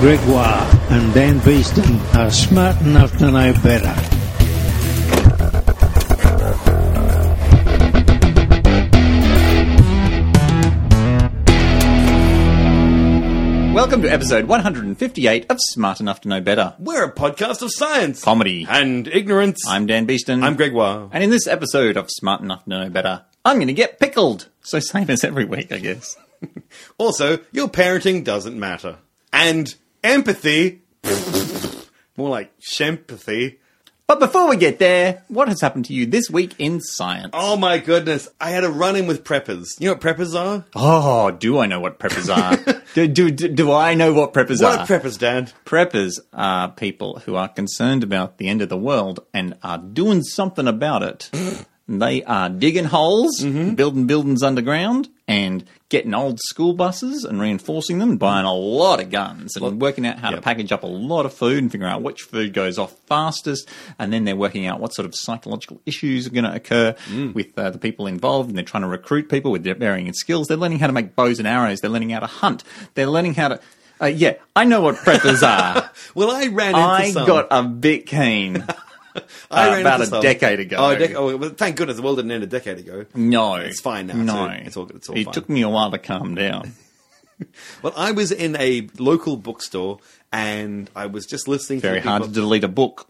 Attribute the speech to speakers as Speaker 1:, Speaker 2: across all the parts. Speaker 1: Gregoire and Dan Beeston are smart enough to know better.
Speaker 2: Welcome to episode 158 of Smart Enough to Know Better
Speaker 3: We're a podcast of science
Speaker 2: Comedy.
Speaker 3: and ignorance.
Speaker 2: I'm Dan Beeston.
Speaker 3: I'm Gregoire.
Speaker 2: And in this episode of Smart Enough to Know Better, I'm going to get pickled. So same as every week, I guess.
Speaker 3: Also, your parenting doesn't matter. And empathy, more like shempathy.
Speaker 2: But before we get there, what has happened to you this week in science?
Speaker 3: Oh my goodness! I had a run-in with preppers. You know what preppers are?
Speaker 2: Oh, do I know what preppers are? do, do, do, do I know what preppers are?
Speaker 3: What are preppers, Dad?
Speaker 2: preppers are people who are concerned about the end of the world and are doing something about it. they are digging holes, building buildings underground, and getting old school buses and reinforcing them, buying a lot of guns and working out how to
Speaker 3: yep.
Speaker 2: package up a lot of food and figuring out which food goes off fastest. And then they're working out what sort of psychological issues are going to occur with uh, the people involved. And they're trying to recruit people with their varying skills. They're learning how to make bows and arrows. They're learning how to hunt. They're learning how to. Uh, yeah, I know what preppers are.
Speaker 3: Well, I ran into
Speaker 2: I
Speaker 3: some.
Speaker 2: got a bit keen.
Speaker 3: I ran
Speaker 2: about
Speaker 3: into
Speaker 2: a
Speaker 3: some-
Speaker 2: decade ago.
Speaker 3: Oh, a dec- oh, well, thank goodness the world didn't end a decade ago.
Speaker 2: No,
Speaker 3: It's fine now. It's
Speaker 2: No,
Speaker 3: all- it's all good. It's all
Speaker 2: it
Speaker 3: fine.
Speaker 2: took me a while to calm down.
Speaker 3: Well, I was in a local bookstore and I was just listening. to
Speaker 2: Very
Speaker 3: the
Speaker 2: hard to
Speaker 3: people-
Speaker 2: delete a book.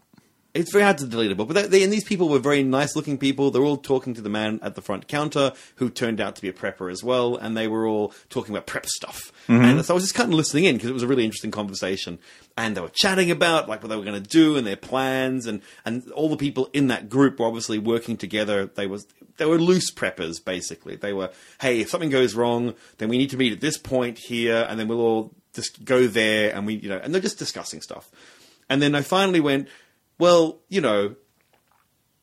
Speaker 3: It's very hard to delete a book, but they- they, and these people were very nice-looking people. They're all talking to the man at the front counter, who turned out to be a prepper as well, and they were all talking about prep stuff. And so I was just kind of listening in because it was a really interesting conversation, and they were chatting about like what they were going to do and their plans, and and all the people in that group were obviously working together. They was they were loose preppers basically. They were, hey, if something goes wrong, then we need to meet at this point here, and then we'll all just go there, and we you know, and they're just discussing stuff. And then I finally went, well, you know,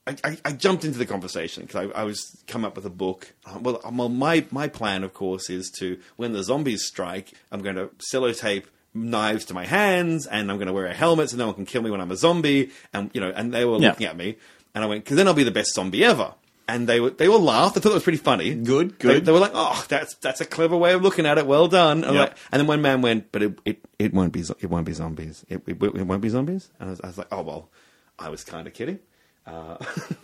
Speaker 3: I, I, I jumped into the conversation because I, I was come up with a book. Uh, well, um, well, my my plan, of course, is to when the zombies strike, I'm going to sellotape knives to my hands, and I'm going to wear a helmet so no one can kill me when I'm a zombie. And you know, and they were
Speaker 2: Yeah.
Speaker 3: looking at me, and I went because then I'll be the best zombie ever. And they were they all laughed. I thought that was pretty funny.
Speaker 2: Good,
Speaker 3: They-
Speaker 2: good.
Speaker 3: They, were like, "Oh, that's that's a clever way of looking at it. Well done." And, I'm
Speaker 2: Yeah.
Speaker 3: like- and then one man went, "But it, it, it won't be zo- it won't be zombies. It, it, it won't be zombies." And I was, I was like, "Oh well, I was kind of kidding." Uh,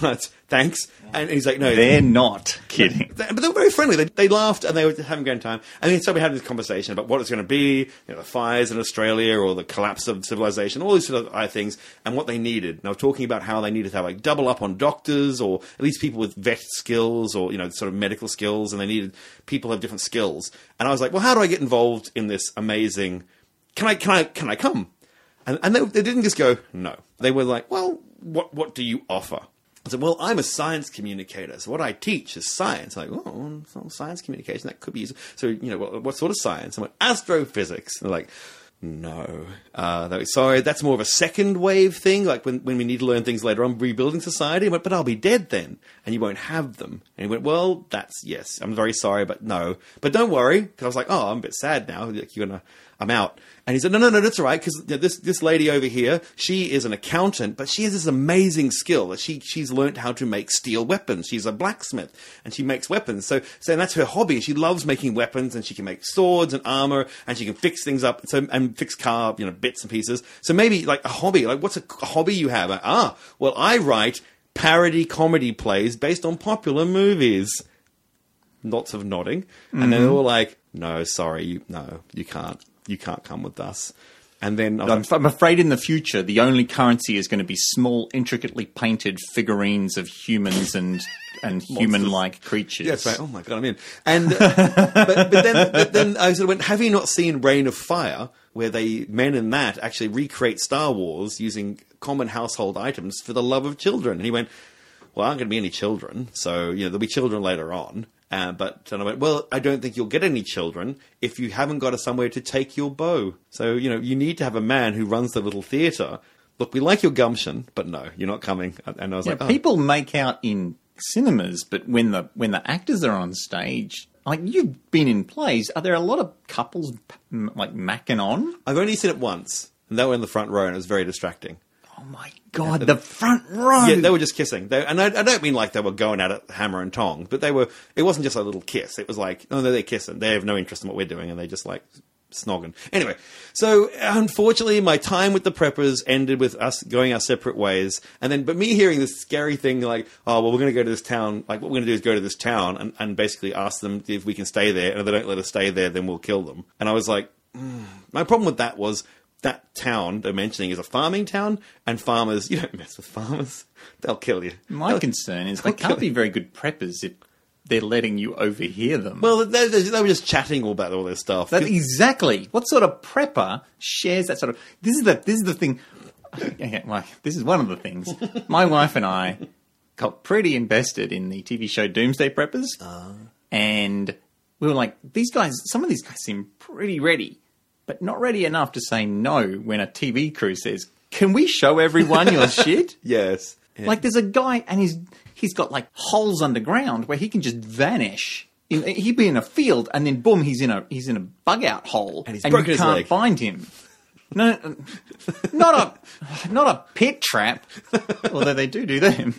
Speaker 3: but thanks. And he's like, "No,
Speaker 2: They're not kidding.
Speaker 3: they- but they were very friendly. They, they laughed and they were just having a great time. And then so we had this conversation about what it's going to be, you know, the fires in Australia or the collapse of civilization, all these sort of other things, and what they needed. And I was talking about how they needed to have like double up on doctors or at least people with vet skills or you know sort of medical skills, and they needed people who have different skills. And I was like, well, how do I get involved in this amazing? Can I can I can I come? And, and they, they didn't just go, no. They were like, well, what, what do you offer? I said, well, I'm a science communicator. So what I teach is science. Like, oh, well, it's not science communication, that could be useful. So, you know, what, what sort of science? I went, astrophysics. And they're like, no. Uh, they were, sorry, that's more of a second wave thing. Like when, when we need to learn things later on, rebuilding society. I went, but I'll be dead then. And you won't have them. And he went, well, that's, yes, I'm very sorry, but no. But don't worry. Because I was like, oh, I'm a bit sad now. Like, you're going to, I'm out. And he said, no, no, no, that's all right. Because this, this lady over here, she is an accountant, but she has this amazing skill that she, she's learnt how to make steel weapons. She's a blacksmith and she makes weapons. So, so that's her hobby. She loves making weapons and she can make swords and armor and she can fix things up. So, and fix car, you know, bits and pieces. So maybe like a hobby, like what's a hobby you have? Ah, well, I write parody comedy plays based on popular movies lots of nodding, and then they were like, "No, sorry, you no, you can't, you can't come with us." And then I was
Speaker 2: I'm,
Speaker 3: like,
Speaker 2: I'm afraid in the future, the only currency is going to be small, intricately painted figurines of humans and and human-like creatures.
Speaker 3: "Yeah, that's right. Oh my god, I'm in. And uh, but, but then but then I sort of went, "Have you not seen Reign of Fire?" Where they men in that actually recreate Star Wars using common household items for the love of children. And he went, "Well, aren't going to be any children, so you know there'll be children later on." Uh, but and I went, well, I don't think you'll get any children if you haven't got a somewhere to take your bow. So you know you need to have a man who runs the little theatre. Look, we like your gumption, but no, you're not coming. And I was
Speaker 2: Yeah,
Speaker 3: like, oh.
Speaker 2: people make out in cinemas, but when the when the actors are on stage, like you've been in plays, are there a lot of couples m- like macking on?
Speaker 3: I've only seen it once, and they were in the front row, and it was very distracting.
Speaker 2: Oh my god, the front row.
Speaker 3: Yeah, they were just kissing. They, and I, I don't mean like they were going at it hammer and tongs, but they were. It wasn't just a little kiss. It was like, oh no, they're kissing. They have no interest in what we're doing, and they just like snogging. Anyway, so unfortunately, my time with the preppers ended with us going our separate ways. And then, but me hearing this scary thing like, oh, well, we're going to go to this town. Like, what we're going to do is go to this town and, and basically ask them if we can stay there. And if they don't let us stay there, then we'll kill them. And I was like, mm. my problem with that was that town they're mentioning is a farming town, and farmers, you don't mess with farmers. They'll kill you.
Speaker 2: My concern is they can't be very good preppers if they're letting you overhear them.
Speaker 3: Well, they, they, they were just chatting all about all this stuff.
Speaker 2: That exactly. What sort of prepper shares that sort of? This is the this is the thing. Yeah, well, this is one of the things. My wife and I got pretty invested in the TV show Doomsday Preppers, and we were like, these guys. Some of these guys seem pretty ready, but not ready enough to say no when a TV crew says, "Can we show everyone your shit?"
Speaker 3: yes. Yeah.
Speaker 2: Like there's a guy and he's he's got like holes underground where he can just vanish. In, he'd be in a field and then boom, he's in a he's in a bug out hole
Speaker 3: And he's
Speaker 2: you
Speaker 3: broke his
Speaker 2: can't
Speaker 3: leg.
Speaker 2: find him. No, uh, not a not a pit trap. Although they do do them,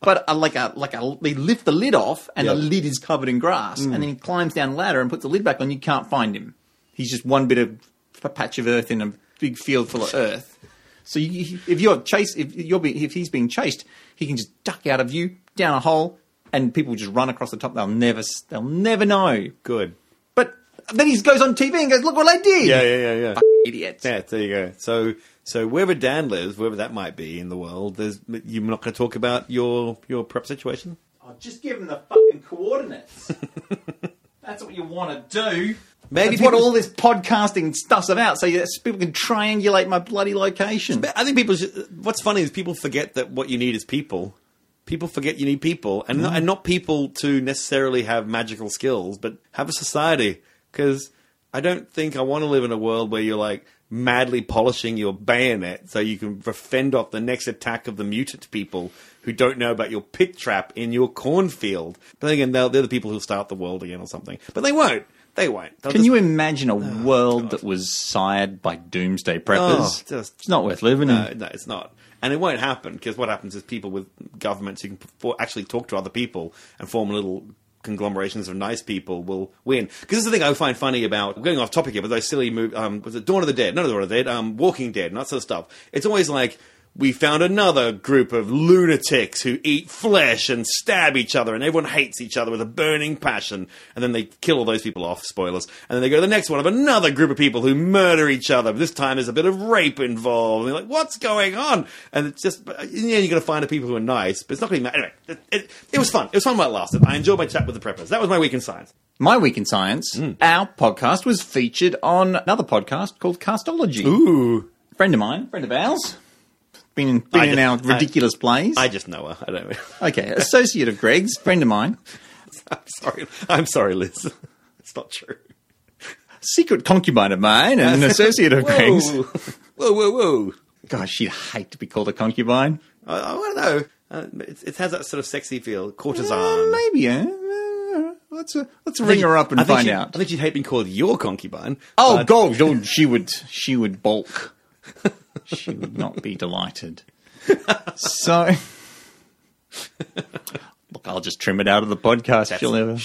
Speaker 2: but a, like a like a they lift the lid off and the
Speaker 3: Yeah. Mm.
Speaker 2: lid is covered in grass, and then he climbs down a ladder and puts the lid back on. You can't find him. He's just one bit of a patch of earth in a big field full of earth. So you, if you're chase, if you're be, if he's being chased, he can just duck out of you down a hole, and people just run across the top. They'll never s- they'll never know.
Speaker 3: Good.
Speaker 2: But then he goes on TV and goes, "Look what I did!"
Speaker 3: Yeah, yeah, yeah, yeah.
Speaker 2: idiots.
Speaker 3: Yeah, there you go. So, so wherever Dan lives, wherever that might be in the world, there's you're not going to talk about your your prep situation.
Speaker 2: Oh, just give him the fucking coordinates. That's what you want to do.
Speaker 3: Maybe
Speaker 2: Maybe That's what
Speaker 3: people-
Speaker 2: all this podcasting stuff's about, so yes, people can triangulate my bloody location.
Speaker 3: I think people. Should, what's funny is people forget that what you need is people. People forget you need people, and not, and not people to necessarily have magical skills, but have a society. Because I don't think I want to live in a world where you're like madly polishing your bayonet so you can fend off the next attack of the mutant people who don't know about your pit trap in your cornfield. But then again, they'll- they're the people who'll start the world again or something. But they won't. They won't. They'll
Speaker 2: Can
Speaker 3: just-
Speaker 2: you imagine a world that was sired by doomsday preppers?
Speaker 3: Oh, Oh, just-
Speaker 2: it's not worth living
Speaker 3: No,
Speaker 2: in.
Speaker 3: no, it's not. And it won't happen because what happens is people with governments who can perfor- actually talk to other people and form little conglomerations of nice people will win. Because this is the thing I find funny about we're going off topic here, but those silly movies, um, was it Dawn of the Dead? Not Dawn of the Dead, um, Walking Dead, and that sort of stuff. It's always like. We found another group of lunatics who eat flesh and stab each other, and everyone hates each other with a burning passion. And then they kill all those people off, spoilers. And then they go to the next one of another group of people who murder each other. This time there's a bit of rape involved. And you're like, what's going on? And it's just, but in the end, you're going to find the people who are nice, but it's not going to be, anyway, it, it, it was fun. It was fun while it lasted. I enjoyed my chat with the preppers. That was my week in science.
Speaker 2: My Week in Science,
Speaker 3: Hmm.
Speaker 2: our podcast was featured on another podcast called Castology.
Speaker 3: Ooh.
Speaker 2: Friend of mine, friend of ours, been in, been
Speaker 3: I
Speaker 2: in
Speaker 3: just-
Speaker 2: our ridiculous plays.
Speaker 3: I just know her. I don't know.
Speaker 2: okay, associate of Greg's, friend of mine.
Speaker 3: I'm sorry. I'm sorry, Liz. It's not true.
Speaker 2: secret concubine of mine and an associate of Greg's.
Speaker 3: Whoa, whoa, whoa. whoa.
Speaker 2: Gosh, she'd hate to be called a concubine.
Speaker 3: I, I don't know. Uh, it, it has that sort of sexy feel, courtesan.
Speaker 2: Uh, maybe, eh? Uh, Let's, uh, let's ring her up and
Speaker 3: I think
Speaker 2: find
Speaker 3: she-
Speaker 2: out.
Speaker 3: I think she'd hate being called your concubine.
Speaker 2: Oh,
Speaker 3: but-
Speaker 2: God, oh, she would, she would balk. she would not be delighted. So, look, I'll just trim it out of the podcast. She'll never.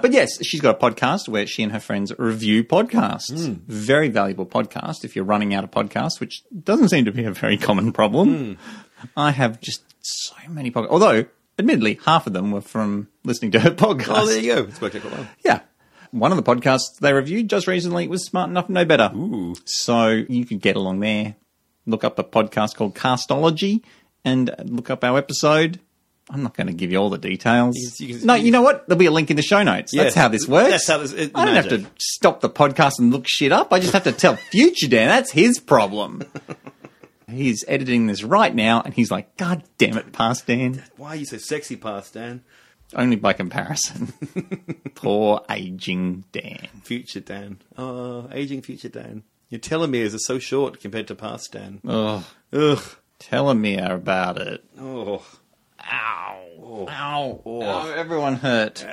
Speaker 2: But yes, she's got a podcast where she and her friends review podcasts.
Speaker 3: Hmm.
Speaker 2: Very valuable podcast if you're running out of podcasts, which doesn't seem to be a very common problem.
Speaker 3: Hmm.
Speaker 2: I have just so many podcasts. Although, admittedly, half of them were from listening to her podcast.
Speaker 3: Oh, there you go. It's worked out quite well.
Speaker 2: Yeah. One of the podcasts they reviewed just recently was Smart Enough No Better. Ooh. So you could get along there, look up a podcast called Castology, and look up our episode. I'm not going to give you all the details.
Speaker 3: You can- you can-
Speaker 2: no, you know what? There'll be a link in the show notes. That's
Speaker 3: Yes.
Speaker 2: how this works.
Speaker 3: That's how this- it-
Speaker 2: I don't have
Speaker 3: magic.
Speaker 2: to stop the podcast and look shit up. I just have to tell Future Dan that's his problem. he's editing this right now, and he's like, "God damn it, past Dan!"
Speaker 3: Why are you so sexy, past Dan?
Speaker 2: Only by comparison. Poor aging Dan.
Speaker 3: Future Dan. Oh, aging future Dan. Your telomeres are so short compared to past Dan.
Speaker 2: Ugh.
Speaker 3: Ugh.
Speaker 2: Telling me about it.
Speaker 3: Oh.
Speaker 2: Ow. Ow. Oh, everyone hurt.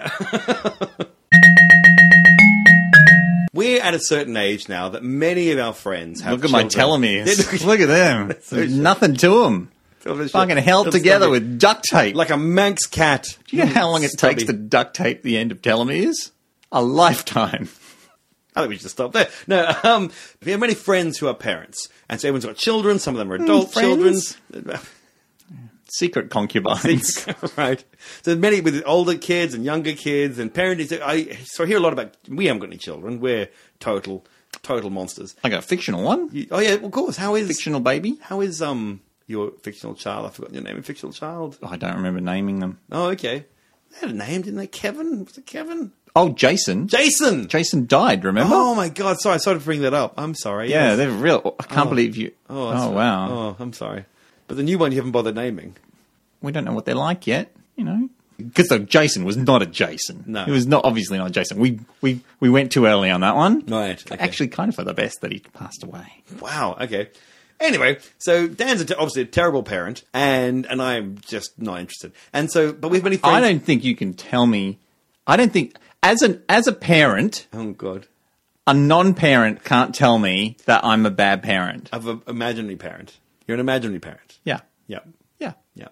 Speaker 3: We're at a certain age now that many of our friends have.
Speaker 2: Look at my
Speaker 3: children.
Speaker 2: telomeres. Look at them. There's nothing to them.
Speaker 3: Television.
Speaker 2: Fucking held
Speaker 3: That's
Speaker 2: together
Speaker 3: lovely.
Speaker 2: with duct tape.
Speaker 3: like a Manx cat.
Speaker 2: Do you know how long it
Speaker 3: Stubby.
Speaker 2: takes to duct tape the end of telomeres? A lifetime.
Speaker 3: I think we should just stop there. No, um, if you have many friends who are parents, and so everyone's got children, some of them are adult
Speaker 2: Hmm, friends.
Speaker 3: children.
Speaker 2: Secret concubines.
Speaker 3: right. So many with older kids and younger kids and parenting. I so I hear a lot about. We haven't got any children. We're total, total monsters.
Speaker 2: like a fictional one.
Speaker 3: You- oh yeah, of course. How is
Speaker 2: Fictional baby.
Speaker 3: How is um your fictional child? I've forgotten your name. Fictional child.
Speaker 2: Oh, I don't remember naming them.
Speaker 3: Oh okay. They had a name, didn't they? Kevin was it Kevin?
Speaker 2: Oh, Jason.
Speaker 3: Jason.
Speaker 2: Jason died. Remember?
Speaker 3: Oh my god! Sorry, sorry to bring that up. I'm sorry.
Speaker 2: yeah,
Speaker 3: Yes.
Speaker 2: they're real. I can't believe you.
Speaker 3: Oh,
Speaker 2: Oh,
Speaker 3: that's right.
Speaker 2: wow.
Speaker 3: Oh, I'm sorry. But the new one you haven't bothered naming.
Speaker 2: We don't know what they're like yet. You know. Because Jason was not a Jason.
Speaker 3: No.
Speaker 2: he was not obviously not a Jason. We we we went too early on that one.
Speaker 3: Right, okay.
Speaker 2: Actually, kind of for the best that he passed away.
Speaker 3: Wow. Okay. Anyway, so Dan's a te- obviously a terrible parent, and and I'm just not interested. And so, but we've many friends.
Speaker 2: I don't think you can tell me. I don't think as an as a parent,
Speaker 3: oh god,
Speaker 2: a non-parent can't tell me that I'm a bad parent.
Speaker 3: of an imaginary parent. You're an imaginary parent.
Speaker 2: Yeah.
Speaker 3: Yeah.
Speaker 2: Yeah.
Speaker 3: Yeah.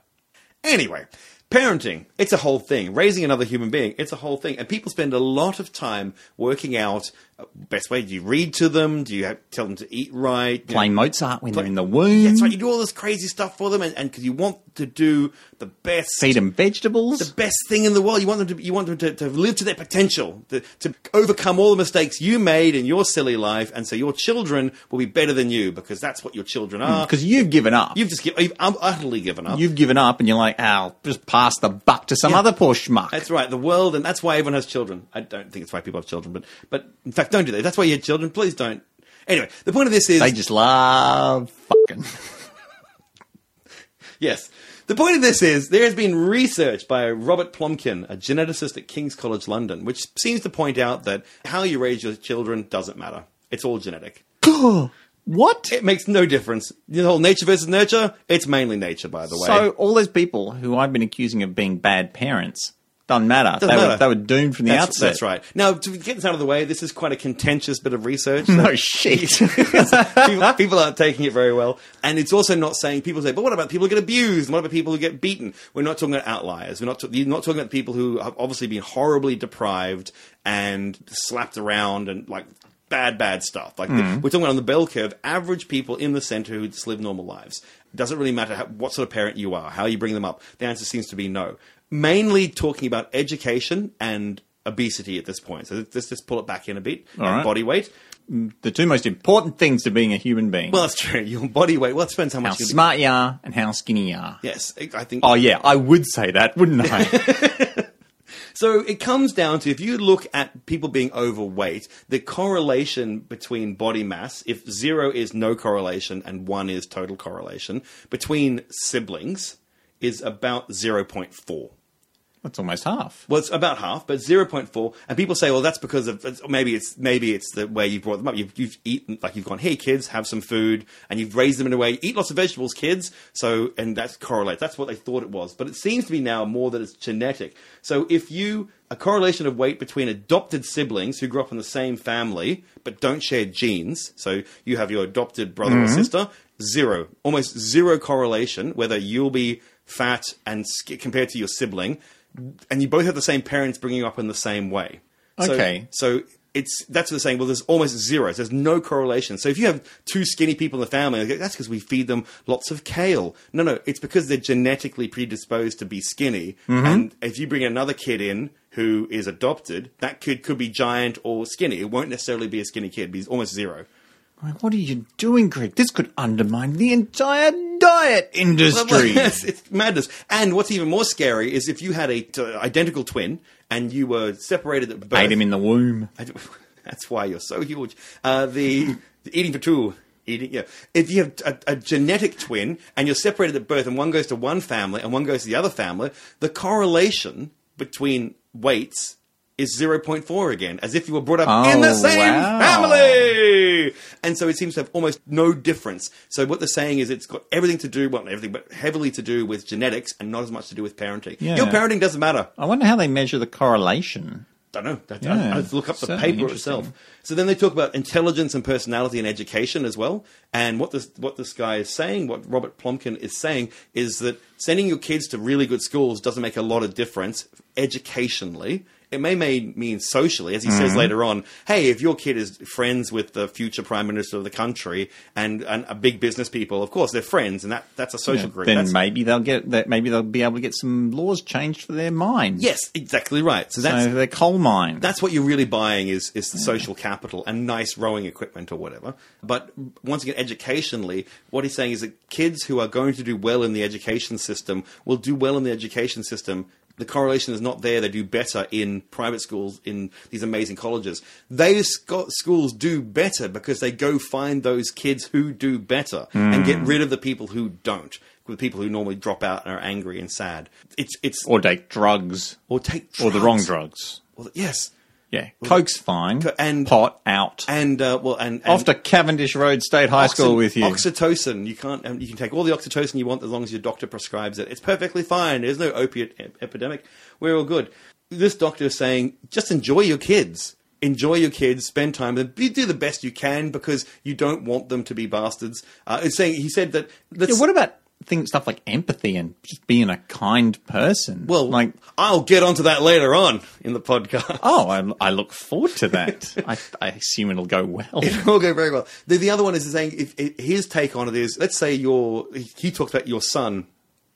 Speaker 3: Anyway, parenting, it's a whole thing. Raising another human being, it's a whole thing. And people spend a lot of time working out uh, best way. Do you read to them? Do you have, tell them to eat right? You know,
Speaker 2: Playing Mozart when they're in the womb.
Speaker 3: That's right. You do all this crazy stuff for them, and because you want to do the best
Speaker 2: Feed them vegetables.
Speaker 3: the best thing in the world. You want them to, you want them to, to live to their potential, to, to overcome all the mistakes you made in your silly life, and so your children will be better than you because that's what your children are.
Speaker 2: because you've given up.
Speaker 3: You've just given, you've um, utterly given up.
Speaker 2: You've given up, and you're like, "I'll just pass the buck to some other poor schmuck."
Speaker 3: that's right, the world, and that's why everyone has children. I don't think it's why people have children, but but in fact, don't do that. If That's why you had children. Please don't. Anyway, the point of this is
Speaker 2: they just love fucking.
Speaker 3: Yes. The point of this is there has been research by Robert Plomkin, a geneticist at King's College London, which seems to point out that how you raise your children doesn't matter. It's all genetic.
Speaker 2: what?
Speaker 3: It makes no difference. The whole nature versus nurture, it's mainly nature, by the way.
Speaker 2: So all those people who I've been accusing of being bad parents doesn't matter.
Speaker 3: Doesn't
Speaker 2: they,
Speaker 3: matter.
Speaker 2: Were, they were doomed from the
Speaker 3: that's,
Speaker 2: outset.
Speaker 3: that's right. Now, to get this out of the way, this is quite a contentious bit of research.
Speaker 2: No shit.
Speaker 3: people, people aren't taking it very well. And it's also not saying people say, but what about people who get abused? And what about people who get beaten? We're not talking about outliers. We're not, ta- you're not talking about people who have obviously been horribly deprived and slapped around and like bad, bad stuff. Like
Speaker 2: Mm.
Speaker 3: the- we're talking about on the bell curve, average people in the center who just live normal lives. It doesn't really matter how, what sort of parent you are, how you bring them up. The answer seems to be no. Mainly talking about education and obesity at this point. So let's just pull it back in a bit.
Speaker 2: All
Speaker 3: and
Speaker 2: right.
Speaker 3: Body weight.
Speaker 2: the two most important things to being a human being:
Speaker 3: Well, that's true. Your body weight. Well, it depends how
Speaker 2: how
Speaker 3: much you
Speaker 2: smart you are and how skinny you are.
Speaker 3: Yes, I- I think.
Speaker 2: Oh yeah, I would say that, wouldn't I?
Speaker 3: So it comes down to if you look at people being overweight, the correlation between body mass, if zero is no correlation and one is total correlation, between siblings is about 0.4.
Speaker 2: That's almost half.
Speaker 3: Well, it's about half, but zero point four. And people say, well, that's because of it's- maybe it's maybe it's the way you brought them up. You've, you've eaten like you've gone, hey kids, have some food, and you've raised them in a way eat lots of vegetables, kids. So and that correlates. That's what they thought it was, but it seems to be now more that it's genetic. So if you a correlation of weight between adopted siblings who grew up in the same family but don't share genes, so you have your adopted brother or sister, zero, almost zero correlation whether you'll be fat and sk- compared to your sibling and you both have the same parents bringing you up in the same way. So-
Speaker 2: Okay.
Speaker 3: So it's that's what they're saying. Well, there's almost zero. There's no correlation. So if you have two skinny people in the family, they go, that's because we feed them lots of kale. No, no, it's because they're genetically predisposed to be skinny.
Speaker 2: Mm-hmm.
Speaker 3: And if you bring another kid in who is adopted, that kid could be giant or skinny. It won't necessarily be a skinny kid. But he's almost zero.
Speaker 2: Like, what are you doing, Greg? This could undermine the entire diet industry.
Speaker 3: Yes, it's madness. And what's even more scary is if you had a t- identical twin and you were separated at birth.
Speaker 2: Ate him in the womb.
Speaker 3: I don't- that's why you're so huge. Uh, the, the eating for two. Eating, yeah. If you have a, a genetic twin and you're separated at birth, and one goes to one family and one goes to the other family, the correlation between weights is 0.4 again, as if you were brought up in the
Speaker 2: Oh,
Speaker 3: same
Speaker 2: wow.
Speaker 3: family. And so it seems to have almost no difference. So what they're saying is it's got everything to do, well, not everything, but heavily to do with genetics and not as much to do with parenting.
Speaker 2: Yeah.
Speaker 3: Your parenting doesn't matter.
Speaker 2: I wonder how they measure the correlation.
Speaker 3: I don't know. That,
Speaker 2: Yeah,
Speaker 3: I, I look up the
Speaker 2: certainly
Speaker 3: paper itself. So then they talk about intelligence and personality and education as well. And what this what this guy is saying, what Robert Plomkin is saying, is that sending your kids to really good schools doesn't make a lot of difference educationally. It may, may mean socially, as he says
Speaker 2: Mm-hmm.
Speaker 3: later on. Hey, if your kid is friends with the future prime minister of the country and, and a big business people, of course they're friends, and that, that's a social group.
Speaker 2: Then
Speaker 3: That's-
Speaker 2: maybe they'll get that. Maybe they'll be able to get some laws changed for their mines.
Speaker 3: yes, exactly right. So that's
Speaker 2: so their coal mine.
Speaker 3: that's what you're really buying is is the social capital and nice rowing equipment or whatever. But once again, educationally, what he's saying is that kids who are going to do well in the education system will do well in the education system. The correlation is not there. They do better in private schools, in these amazing colleges. Those sco- schools do better because they go find those kids who do better and get
Speaker 2: Mm.
Speaker 3: rid of the people who don't, the people who normally drop out and are angry and sad. It's it's or,
Speaker 2: or take drugs,
Speaker 3: take
Speaker 2: or the wrong
Speaker 3: drugs.
Speaker 2: drugs.
Speaker 3: Or the- yes.
Speaker 2: Yeah, coke's fine,
Speaker 3: Co- and-
Speaker 2: pot out.
Speaker 3: And uh, well, and, and
Speaker 2: Off to Cavendish Road State High
Speaker 3: Oxy-
Speaker 2: School with you.
Speaker 3: Oxytocin. You can't. Um, you can take all the oxytocin you want as long as your doctor prescribes it. It's perfectly fine. There's no opiate ep- epidemic. We're all good. This doctor is saying, just enjoy your kids. Enjoy your kids. Spend time with them. You do the best you can because you don't want them to be bastards. Uh, it's saying he said that. Let's,
Speaker 2: Yeah, what about things stuff like empathy and just being a kind person?
Speaker 3: well,
Speaker 2: like
Speaker 3: I'll get onto that later on in the podcast.
Speaker 2: oh, I, I look forward to that. I, I assume it'll go well.
Speaker 3: It all go very well. The, the other one is saying if, if his take on it is, let's say your he, he talks about your son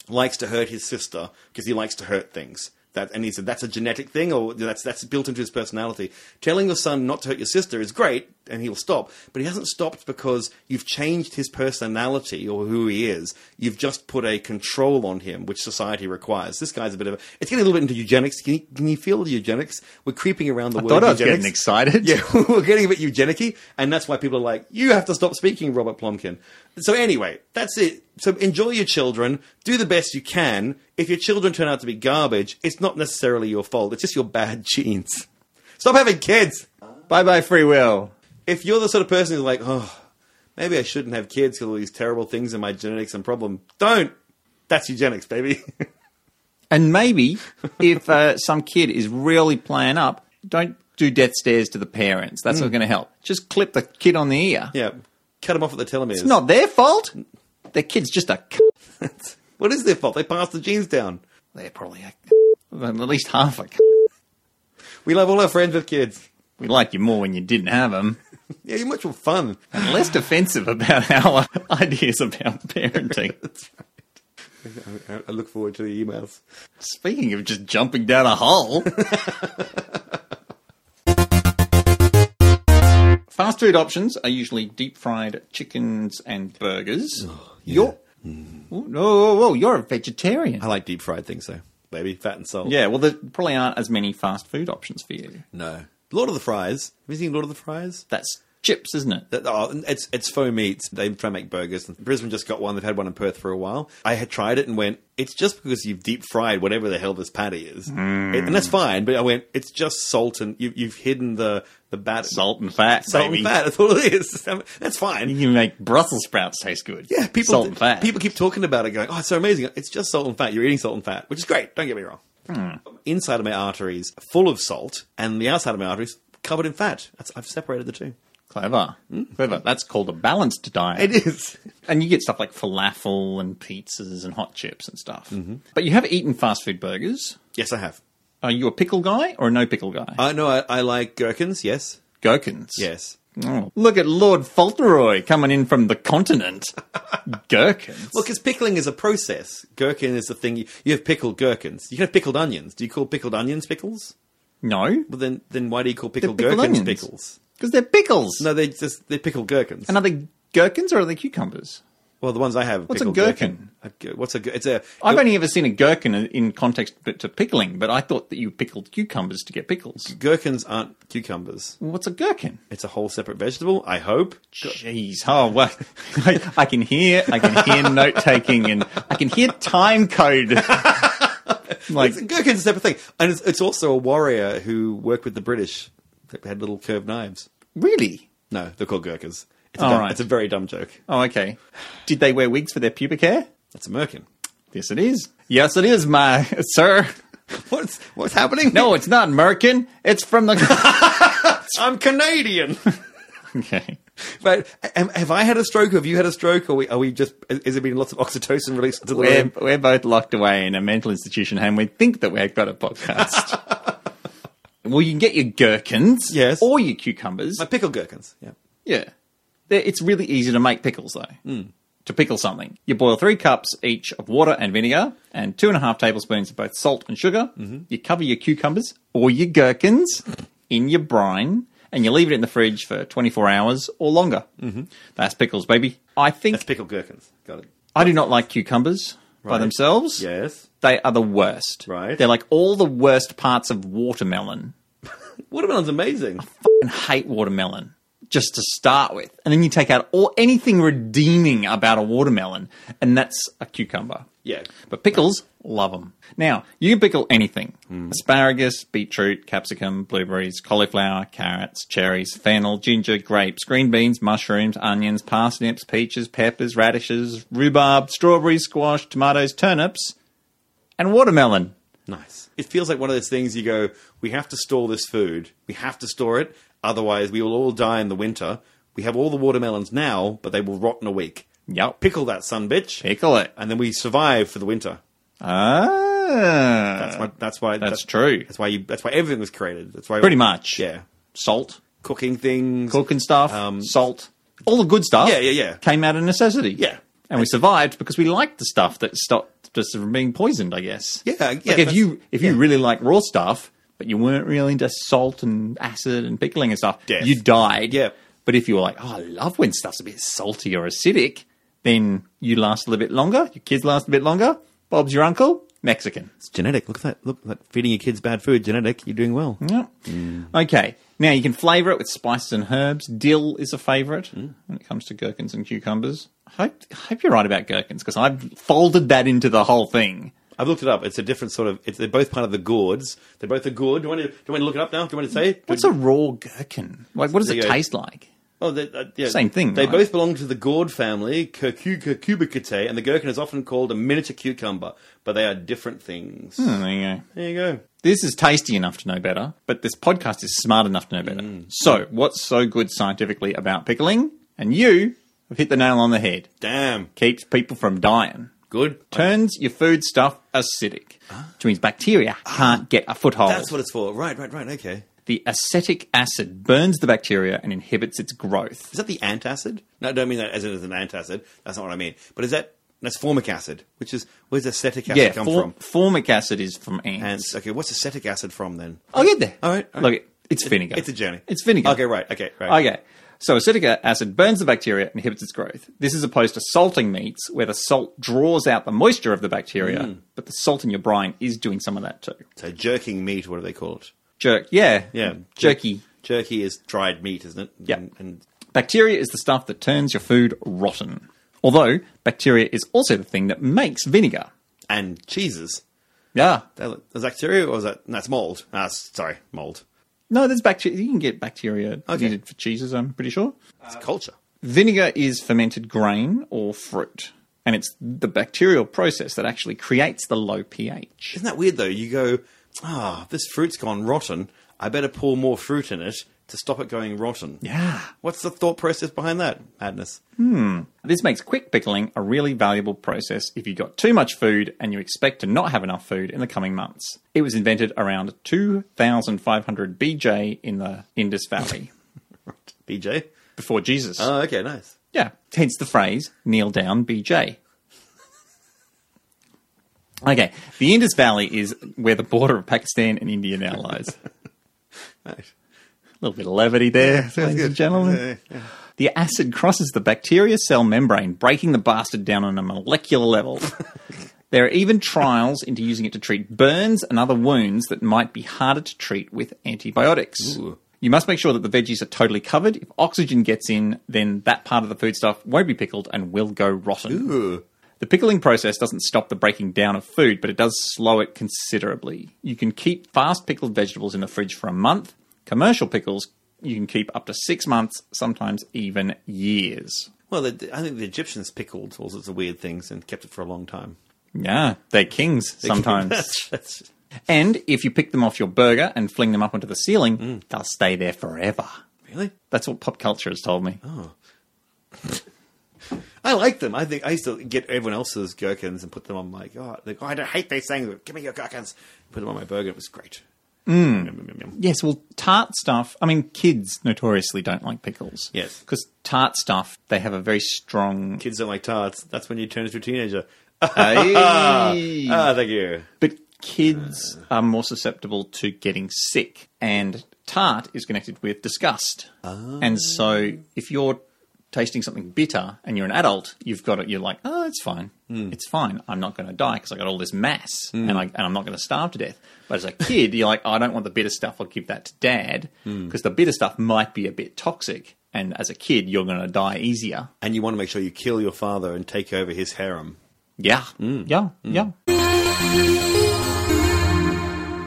Speaker 3: likes to hurt his sister because he likes to hurt things. That and he said that's a genetic thing or that's that's built into his personality. Telling your son not to hurt your sister is great and he'll stop, but he hasn't stopped because you've changed his personality or who he is. You've just put a control on him, which society requires. This guy's a bit of a. It's getting a little bit into eugenics. Can you, can you feel the eugenics? We're creeping around the word.
Speaker 2: Thought I was
Speaker 3: eugenics.
Speaker 2: getting excited.
Speaker 3: Yeah, we're getting a bit eugenic and that's why people are like, you have to stop speaking, Robert Plumkin. So anyway, that's it. So enjoy your children, do the best you can. If your children turn out to be garbage, it's not necessarily your fault. It's just your bad genes. Stop having kids.
Speaker 2: Bye bye free will.
Speaker 3: If you're the sort of person who's like, oh, maybe I shouldn't have kids because all these terrible things in my genetics and problem, don't. That's eugenics, baby.
Speaker 2: And maybe if uh, some kid is really playing up, don't do death stares to the parents. That's not going to help. Just clip the kid on the ear.
Speaker 3: yeah, cut them off at the telomeres.
Speaker 2: It's not their fault. The kid's just a. C-
Speaker 3: What is their fault? They passed the genes down.
Speaker 2: they're probably a. C- at least half a. C-
Speaker 3: We love all our friends with kids.
Speaker 2: we liked you more when you didn't have them.
Speaker 3: Yeah, you're much more fun.
Speaker 2: Less defensive about our ideas about parenting.
Speaker 3: I I look forward to the emails.
Speaker 2: Speaking of just jumping down a hole. Fast food options are usually deep fried chickens and burgers.
Speaker 3: Oh,
Speaker 2: You're.
Speaker 3: Hmm.
Speaker 2: Ooh, whoa, whoa, whoa, you're a vegetarian.
Speaker 3: I like deep fried things though. Baby, fat and salt.
Speaker 2: Yeah, well, there probably aren't as many fast food options for you.
Speaker 3: No. Lord of the Fries. Have you seen Lord of the Fries?
Speaker 2: That's chips, isn't it?
Speaker 3: That- oh, it's it's faux meats. They try and make burgers. Brisbane just got one. They've had one in Perth for a while. I had tried it and went, it's just because you've deep fried whatever the hell this patty is, It- and that's fine. But I went, it's just salt and you, you've hidden the the batter,
Speaker 2: Salt and fat.
Speaker 3: salt
Speaker 2: baby.
Speaker 3: and fat. That's all it is. That's fine.
Speaker 2: You can make Brussels sprouts taste good.
Speaker 3: Yeah, people
Speaker 2: Salt and fat.
Speaker 3: People keep talking about it, going, "Oh, it's so amazing! It's just salt and fat. You're eating salt and fat, which is great. Don't get me wrong.
Speaker 2: Hmm.
Speaker 3: Inside of my arteries, full of salt, and the outside of my arteries covered in fat. That's, I've separated the two.
Speaker 2: Clever. Clever. That's called a balanced diet.
Speaker 3: Hmm. It is.
Speaker 2: And you get stuff like falafel and pizzas and hot chips and stuff. But you have eaten fast food burgers.
Speaker 3: Yes, I have.
Speaker 2: Are you a pickle guy or a no pickle guy?
Speaker 3: I know. I, I like gherkins. Yes,
Speaker 2: Gherkins.
Speaker 3: Uh, yes.
Speaker 2: Oh, look at Lord Fauntleroy coming in from the continent. Gherkins.
Speaker 3: Well, because pickling is a process. Gherkin is the thing. You, you have pickled gherkins. You can have pickled onions. Do you call pickled onions pickles?
Speaker 2: no,
Speaker 3: Well, then, then why do you call pickled,
Speaker 2: pickled
Speaker 3: gherkins
Speaker 2: onions.
Speaker 3: pickles?
Speaker 2: because they're pickles.
Speaker 3: No, they just they're pickled gherkins.
Speaker 2: And are they gherkins or are they cucumbers?
Speaker 3: well, the ones I have. are
Speaker 2: What's a
Speaker 3: pickled
Speaker 2: gherkin?
Speaker 3: A, gher- what's a? gher- It's a.
Speaker 2: I've only ever seen a gherkin in- in context but to pickling, but I thought that you pickled cucumbers to get pickles.
Speaker 3: Gherkins aren't cucumbers.
Speaker 2: What's a gherkin?
Speaker 3: It's a whole separate vegetable, I hope.
Speaker 2: Jeez, oh well, I, I can hear, I can hear note taking, and I can hear time code. like
Speaker 3: It's- Gherkin's a separate thing. And it's, it's also a warrior who worked with the British that had little curved knives.
Speaker 2: really?
Speaker 3: No, they're called Gherkins. It's a,
Speaker 2: All
Speaker 3: dumb-
Speaker 2: right.
Speaker 3: it's a very dumb joke.
Speaker 2: Oh, okay. Did they wear wigs for their pubic hair?
Speaker 3: That's a merkin.
Speaker 2: Yes, it is. Yes, it is, my sir.
Speaker 3: What's what's happening?
Speaker 2: No, it's not Merkin. It's from the.
Speaker 3: I'm Canadian.
Speaker 2: okay.
Speaker 3: but am, have I had a stroke? Have you had a stroke? Or we, are we just? Has there been lots of oxytocin released into the
Speaker 2: We're,
Speaker 3: room?
Speaker 2: we're both locked away in a mental institution, and we think that we've got a podcast. Well, you can get your gherkins,
Speaker 3: Yes.
Speaker 2: or your cucumbers.
Speaker 3: Like Uh, pickled gherkins. Yeah.
Speaker 2: Yeah, They're- it's really easy to make pickles though.
Speaker 3: Hmm.
Speaker 2: To pickle something, you boil three cups each of water and vinegar, and two and a half tablespoons of both salt and sugar.
Speaker 3: Mm-hmm.
Speaker 2: You cover your cucumbers or your gherkins in your brine, and you leave it in the fridge for 24 hours or longer. Mm-hmm. That's pickles, baby. I think
Speaker 3: That's pickled gherkins. Got it.
Speaker 2: I do not like cucumbers by
Speaker 3: Right.
Speaker 2: themselves.
Speaker 3: Yes.
Speaker 2: They are the worst.
Speaker 3: Right.
Speaker 2: They're like all the worst parts of watermelon.
Speaker 3: Watermelon's amazing.
Speaker 2: Fucking hate watermelon just to start with. And then you take out all anything redeeming about a watermelon, and that's a cucumber.
Speaker 3: Yeah.
Speaker 2: But pickles, love 'em. love them. Now, you can pickle anything asparagus, beetroot, capsicum, blueberries, cauliflower, carrots, cherries, fennel, ginger, grapes, green beans, mushrooms, onions, parsnips, peaches, peppers, radishes, rhubarb, strawberries, squash, tomatoes, turnips, and watermelon.
Speaker 3: Nice. It feels like one of those things you go, we have to store this food. We have to store it. Otherwise, we will all die in the winter. We have all the watermelons now, but they will rot in a week.
Speaker 2: Yup.
Speaker 3: Pickle that son bitch.
Speaker 2: Pickle it.
Speaker 3: And then we survive for the winter.
Speaker 2: Ah.
Speaker 3: That's why. That's why.
Speaker 2: That's true.
Speaker 3: That's why you. That's why everything was created. That's why.
Speaker 2: Pretty much.
Speaker 3: Yeah.
Speaker 2: Salt,
Speaker 3: Cooking things.
Speaker 2: cooking stuff,
Speaker 3: Um,
Speaker 2: salt, all the good stuff.
Speaker 3: Yeah, yeah, yeah.
Speaker 2: Came out of necessity.
Speaker 3: Yeah.
Speaker 2: and we survived because we liked the stuff that stopped us from being poisoned. I guess.
Speaker 3: Yeah, yeah,
Speaker 2: Like if
Speaker 3: that's-
Speaker 2: you if you
Speaker 3: yeah.
Speaker 2: really like raw stuff, but you weren't really into salt and acid and pickling and stuff,
Speaker 3: Death.
Speaker 2: you died.
Speaker 3: Yeah.
Speaker 2: But if you were like, oh, I love when stuff's a bit salty or acidic, then you last a little bit longer. Your kids last a bit longer. Bob's your uncle, Mexican.
Speaker 3: It's genetic. Look at that. Look, like feeding your kids bad food. Genetic. You're doing well.
Speaker 2: Yep. Okay. Now you can flavour it with spices and herbs. Dill is a favourite
Speaker 3: Mm.
Speaker 2: when it comes to gherkins and cucumbers. I hope, I hope you're right about gherkins because I've folded that into the whole thing.
Speaker 3: I've looked it up. It's a different sort of. It's, they're both part of the gourds. They're both a gourd. Do you want to? Do you want to look it up now? Do you want to say? it?
Speaker 2: What's a raw gherkin? Like, what does
Speaker 3: There
Speaker 2: it
Speaker 3: you go.
Speaker 2: taste like?
Speaker 3: Oh, they, uh, yeah.
Speaker 2: Same thing,
Speaker 3: They
Speaker 2: right?
Speaker 3: both belong to the gourd family, Curcu- Cucurbitaceae, and the gherkin is often called a miniature cucumber, but they are different things.
Speaker 2: Oh, there you go.
Speaker 3: There you go.
Speaker 2: This is tasty enough to know better, but this podcast is smart enough to know better.
Speaker 3: Mm.
Speaker 2: So, what's so good scientifically about pickling? And you have hit the nail on the head.
Speaker 3: Damn.
Speaker 2: Keeps people from dying.
Speaker 3: Good.
Speaker 2: Turns your food stuff acidic, which means bacteria can't get a foothold.
Speaker 3: That's what it's for. Right, right, right. Okay.
Speaker 2: The acetic acid burns the bacteria and inhibits its growth.
Speaker 3: Is that the antacid? No, I don't mean that as in as an antacid. That's not what I mean. But is that that's formic acid, which is where's acetic acid
Speaker 2: Yeah,
Speaker 3: come
Speaker 2: for-
Speaker 3: from?
Speaker 2: formic acid is from ants.
Speaker 3: Ants. Okay, what's acetic acid from then?
Speaker 2: I'll get there.
Speaker 3: All right, all
Speaker 2: Look,
Speaker 3: right.
Speaker 2: it's vinegar.
Speaker 3: it's a journey.
Speaker 2: It's vinegar.
Speaker 3: Okay, right. Okay, right.
Speaker 2: Okay. So acetic acid burns the bacteria and inhibits its growth. This is opposed to salting meats, where the salt draws out the moisture of the bacteria,
Speaker 3: Hmm.
Speaker 2: but the salt in your brine is doing some of that too.
Speaker 3: So jerking meat, what do they call it?
Speaker 2: Jerk, yeah,
Speaker 3: Yeah,
Speaker 2: jerky.
Speaker 3: Jerky is dried meat, isn't it?
Speaker 2: Yeah.
Speaker 3: And, and
Speaker 2: Bacteria is the stuff that turns your food rotten. Although bacteria is also the thing that makes vinegar.
Speaker 3: and cheeses.
Speaker 2: Yeah,
Speaker 3: That- Is that bacteria or is that? That's mold. Ah, s- sorry, mold.
Speaker 2: No, there's bacteria. You can get bacteria
Speaker 3: Okay.
Speaker 2: needed for cheeses, I'm pretty sure.
Speaker 3: It's culture.
Speaker 2: Vinegar is fermented grain or fruit, and it's the bacterial process that actually creates the low pH.
Speaker 3: Isn't that weird though? You go, ah, this fruit's gone rotten. I better pour more fruit in it to stop it going rotten.
Speaker 2: Yeah.
Speaker 3: What's the thought process behind that madness?
Speaker 2: This makes quick pickling a really valuable process if you got too much food and you expect to not have enough food in the coming months. It was invented around 2500 BJ in the Indus Valley
Speaker 3: BJ.
Speaker 2: before Jesus.
Speaker 3: Oh, okay, nice.
Speaker 2: Yeah, hence the phrase kneel down, BJ. Okay, the Indus Valley is where the border of Pakistan and India now lies. A
Speaker 3: Nice.
Speaker 2: little bit of levity there, ladies and gentlemen. The acid crosses the bacteria cell membrane, breaking the bastard down on a molecular level. there are even trials into using it to treat burns and other wounds that might be harder to treat with antibiotics.
Speaker 3: Ooh.
Speaker 2: You must make sure that the veggies are totally covered. If oxygen gets in, then that part of the foodstuff won't be pickled and will go rotten.
Speaker 3: Ooh.
Speaker 2: The pickling process doesn't stop the breaking down of food, but it does slow it considerably. You can keep fast pickled vegetables in the fridge for a month. Commercial pickles you can keep up to six months, sometimes even years.
Speaker 3: Well, the, I think the Egyptians pickled all sorts of weird things and kept it for a long time.
Speaker 2: Yeah, they're kings sometimes.
Speaker 3: That's- that's-
Speaker 2: and if you pick them off your burger and fling them up onto the ceiling, they'll stay there forever.
Speaker 3: really?
Speaker 2: That's what pop culture has told me.
Speaker 3: I like them. I think I used to get everyone else's gherkins and put them on my. Oh, like, oh I don't hate these things. Give me your gherkins. Put them on my burger. It was great. Yum, yum, yum, yum.
Speaker 2: Yes, well, tart stuff. I mean, kids notoriously don't like pickles.
Speaker 3: Yes.
Speaker 2: because tart stuff they have a very strong.
Speaker 3: Kids don't like tarts. That's when you turn into a teenager.
Speaker 2: Hey.
Speaker 3: Ah, thank you.
Speaker 2: but kids are more susceptible to getting sick, and tart is connected with disgust. And so, if you're tasting something bitter and you're an adult, you've got it. You're like, oh, it's fine, it's fine. I'm not going to die because I got all this mass, and I and I'm not going to starve to death. But as a kid, you're like, I don't want the bitter stuff. I'll give that to dad because the bitter stuff might be a bit toxic. And as a kid, you're going to die easier.
Speaker 3: And you want to make sure you kill your father and take over his harem.
Speaker 2: Yeah, yeah, yeah.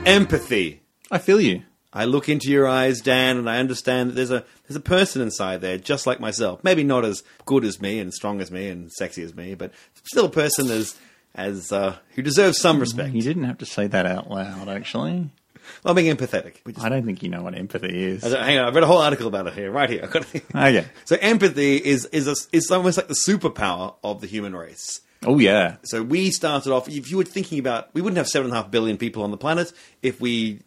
Speaker 3: Empathy.
Speaker 2: I feel you.
Speaker 3: I look into your eyes, Dan, and I understand that there's a there's a person inside there just like myself. Maybe not as good as me and strong as me and sexy as me, but still a person as as uh, who deserves some respect.
Speaker 2: You didn't have to say that out loud, actually.
Speaker 3: Well, being empathetic. We just-
Speaker 2: I don't think you know what empathy is. Oh,
Speaker 3: hang on, I've read a whole article about it here, right here. I've got it.
Speaker 2: Okay.
Speaker 3: So empathy is is a, is almost like the superpower of the human race.
Speaker 2: Oh yeah,
Speaker 3: So we started off. If you were thinking about, we wouldn't have seven and a half billion people on the planet if we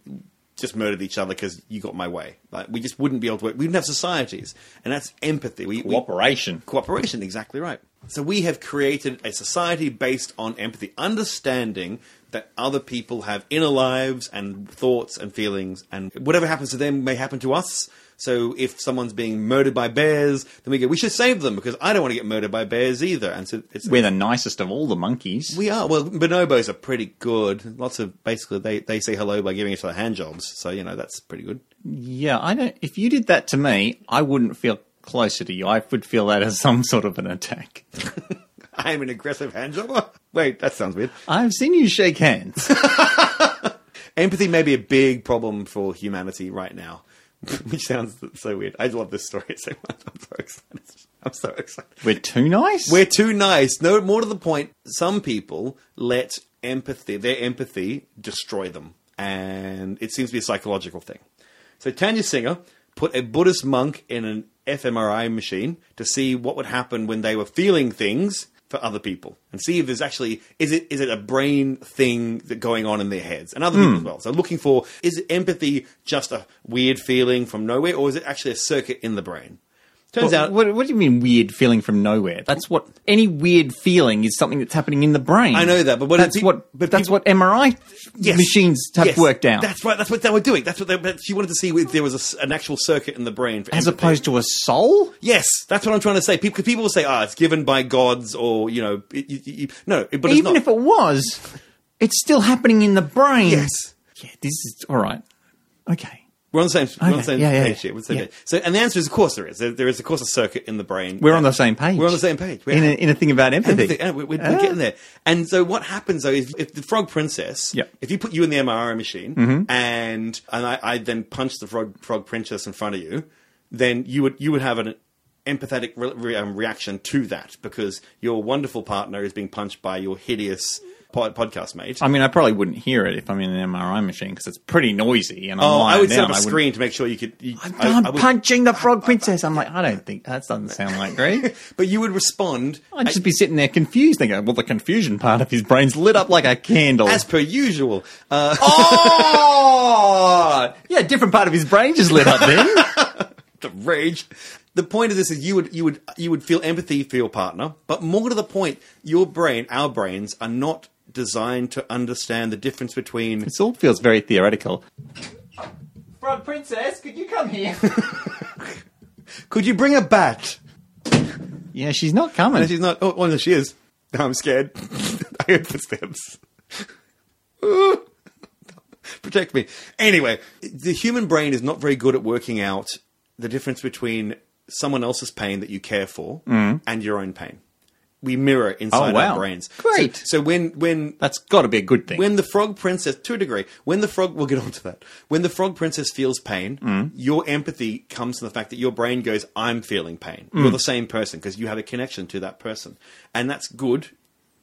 Speaker 3: just murdered each other because you got my way. Like we just wouldn't be able to work. We wouldn't have societies, and that's empathy. We, we-
Speaker 2: cooperation.
Speaker 3: cooperation, exactly right. So we have created a society based on empathy, understanding that other people have inner lives and thoughts and feelings, and whatever happens to them may happen to us. So if someone's being murdered by bears, then we go, we should save them because I don't want to get murdered by bears either. And so it's
Speaker 2: We're the nicest of all the monkeys.
Speaker 3: we are. Well, bonobos are pretty good. Lots of basically they, they say hello by giving each other hand jobs. So, you know, that's pretty good.
Speaker 2: yeah, I don't. If you did that to me, I wouldn't feel closer to you. I would feel that as some sort of an attack.
Speaker 3: I'm an aggressive hand jobber. Wait, that sounds weird.
Speaker 2: I've seen you shake hands.
Speaker 3: Empathy may be a big problem for humanity right now, which sounds so weird. I love this story so much. I'm so excited. I'm so excited.
Speaker 2: We're too nice.
Speaker 3: We're too nice. No, more to the point, some people let empathy, their empathy, destroy them. And it seems to be a psychological thing. So Tanya Singer put a Buddhist monk in an fMRI machine to see what would happen when they were feeling things for other people and see if there's actually is it is it a brain thing that going on in their heads and other people as well so looking for is empathy just a weird feeling from nowhere or is it actually a circuit in the brain turns out
Speaker 2: What, what, what do you mean weird feeling from nowhere? That's what any weird feeling is something that's happening in the brain.
Speaker 3: I know that, but what-
Speaker 2: that's
Speaker 3: pe-
Speaker 2: what
Speaker 3: but
Speaker 2: that's
Speaker 3: people-
Speaker 2: what MRI
Speaker 3: Yes.
Speaker 2: machines have
Speaker 3: Yes.
Speaker 2: worked out.
Speaker 3: That's right. That's what they were doing. That's what they, that she wanted to see if there was a s an actual circuit in the brain. For
Speaker 2: as
Speaker 3: empathy.
Speaker 2: opposed to a soul.
Speaker 3: yes, that's what I'm trying to say. People, 'cause people will say, "Ah, it's given by gods," or you know, it, you, you, no, it- but
Speaker 2: even
Speaker 3: it's not.
Speaker 2: if it was, it's still happening in the brain.
Speaker 3: Yes.
Speaker 2: Yeah, this is all right. Okay.
Speaker 3: we're on the same, we're on the
Speaker 2: Okay,
Speaker 3: same
Speaker 2: yeah, yeah,
Speaker 3: page
Speaker 2: yeah.
Speaker 3: here. We're on the same
Speaker 2: Yeah.
Speaker 3: page. So, and the answer is, of course, there is. There, there is, of course, a circuit in the brain.
Speaker 2: We're on the same page.
Speaker 3: We're on the same page. We're-
Speaker 2: in, a, in a thing about empathy.
Speaker 3: Empathy. Yeah, we're, we're, we're getting there. And so what happens though is if the frog princess,
Speaker 2: Yeah. Mm-hmm.
Speaker 3: if you put you in the MRI machine and and I, I then punch the frog frog princess in front of you, then you would you would have an empathetic re- re- um, reaction to that because your wonderful partner is being punched by your hideous pod- podcast mate.
Speaker 2: I mean, I probably wouldn't hear it if I'm in an MRI machine because it's pretty noisy. And I'm
Speaker 3: Oh, I
Speaker 2: lying
Speaker 3: would set
Speaker 2: down.
Speaker 3: up a
Speaker 2: I wouldn't-
Speaker 3: screen to make sure you could. You,
Speaker 2: I'm,
Speaker 3: I-
Speaker 2: I'm
Speaker 3: I would-
Speaker 2: punching the frog princess. I'm like, I don't think that doesn't sound like great.
Speaker 3: but you would respond
Speaker 2: I'd just be sitting there confused, thinking, well, the confusion part of his brain's lit up like a candle.
Speaker 3: as per usual. Uh,
Speaker 2: oh, yeah, different part of his brain just lit up then.
Speaker 3: the rage. The point of this is you would you would you would feel empathy for your partner, but more to the point, your brain, our brains, are not designed to understand the difference between.
Speaker 2: This all feels very theoretical. Frog princess, could you come here?
Speaker 3: Could you bring a bat?
Speaker 2: yeah, she's not coming.
Speaker 3: And she's not. Oh, well, no, she is. No, I'm scared. I heard footsteps. Ooh. Protect me. Anyway, the human brain is not very good at working out the difference between someone else's pain that you care for and your own pain. We mirror
Speaker 2: Mm.
Speaker 3: inside
Speaker 2: Oh, wow.
Speaker 3: our brains.
Speaker 2: Great.
Speaker 3: So, so when when
Speaker 2: That's got to be a good thing.
Speaker 3: when the frog princess, to a degree, when the frog, we'll get on to that. When the frog princess feels pain, your empathy comes from the fact that your brain goes, I'm feeling pain. You're the same person because you have a connection to that person. And that's good.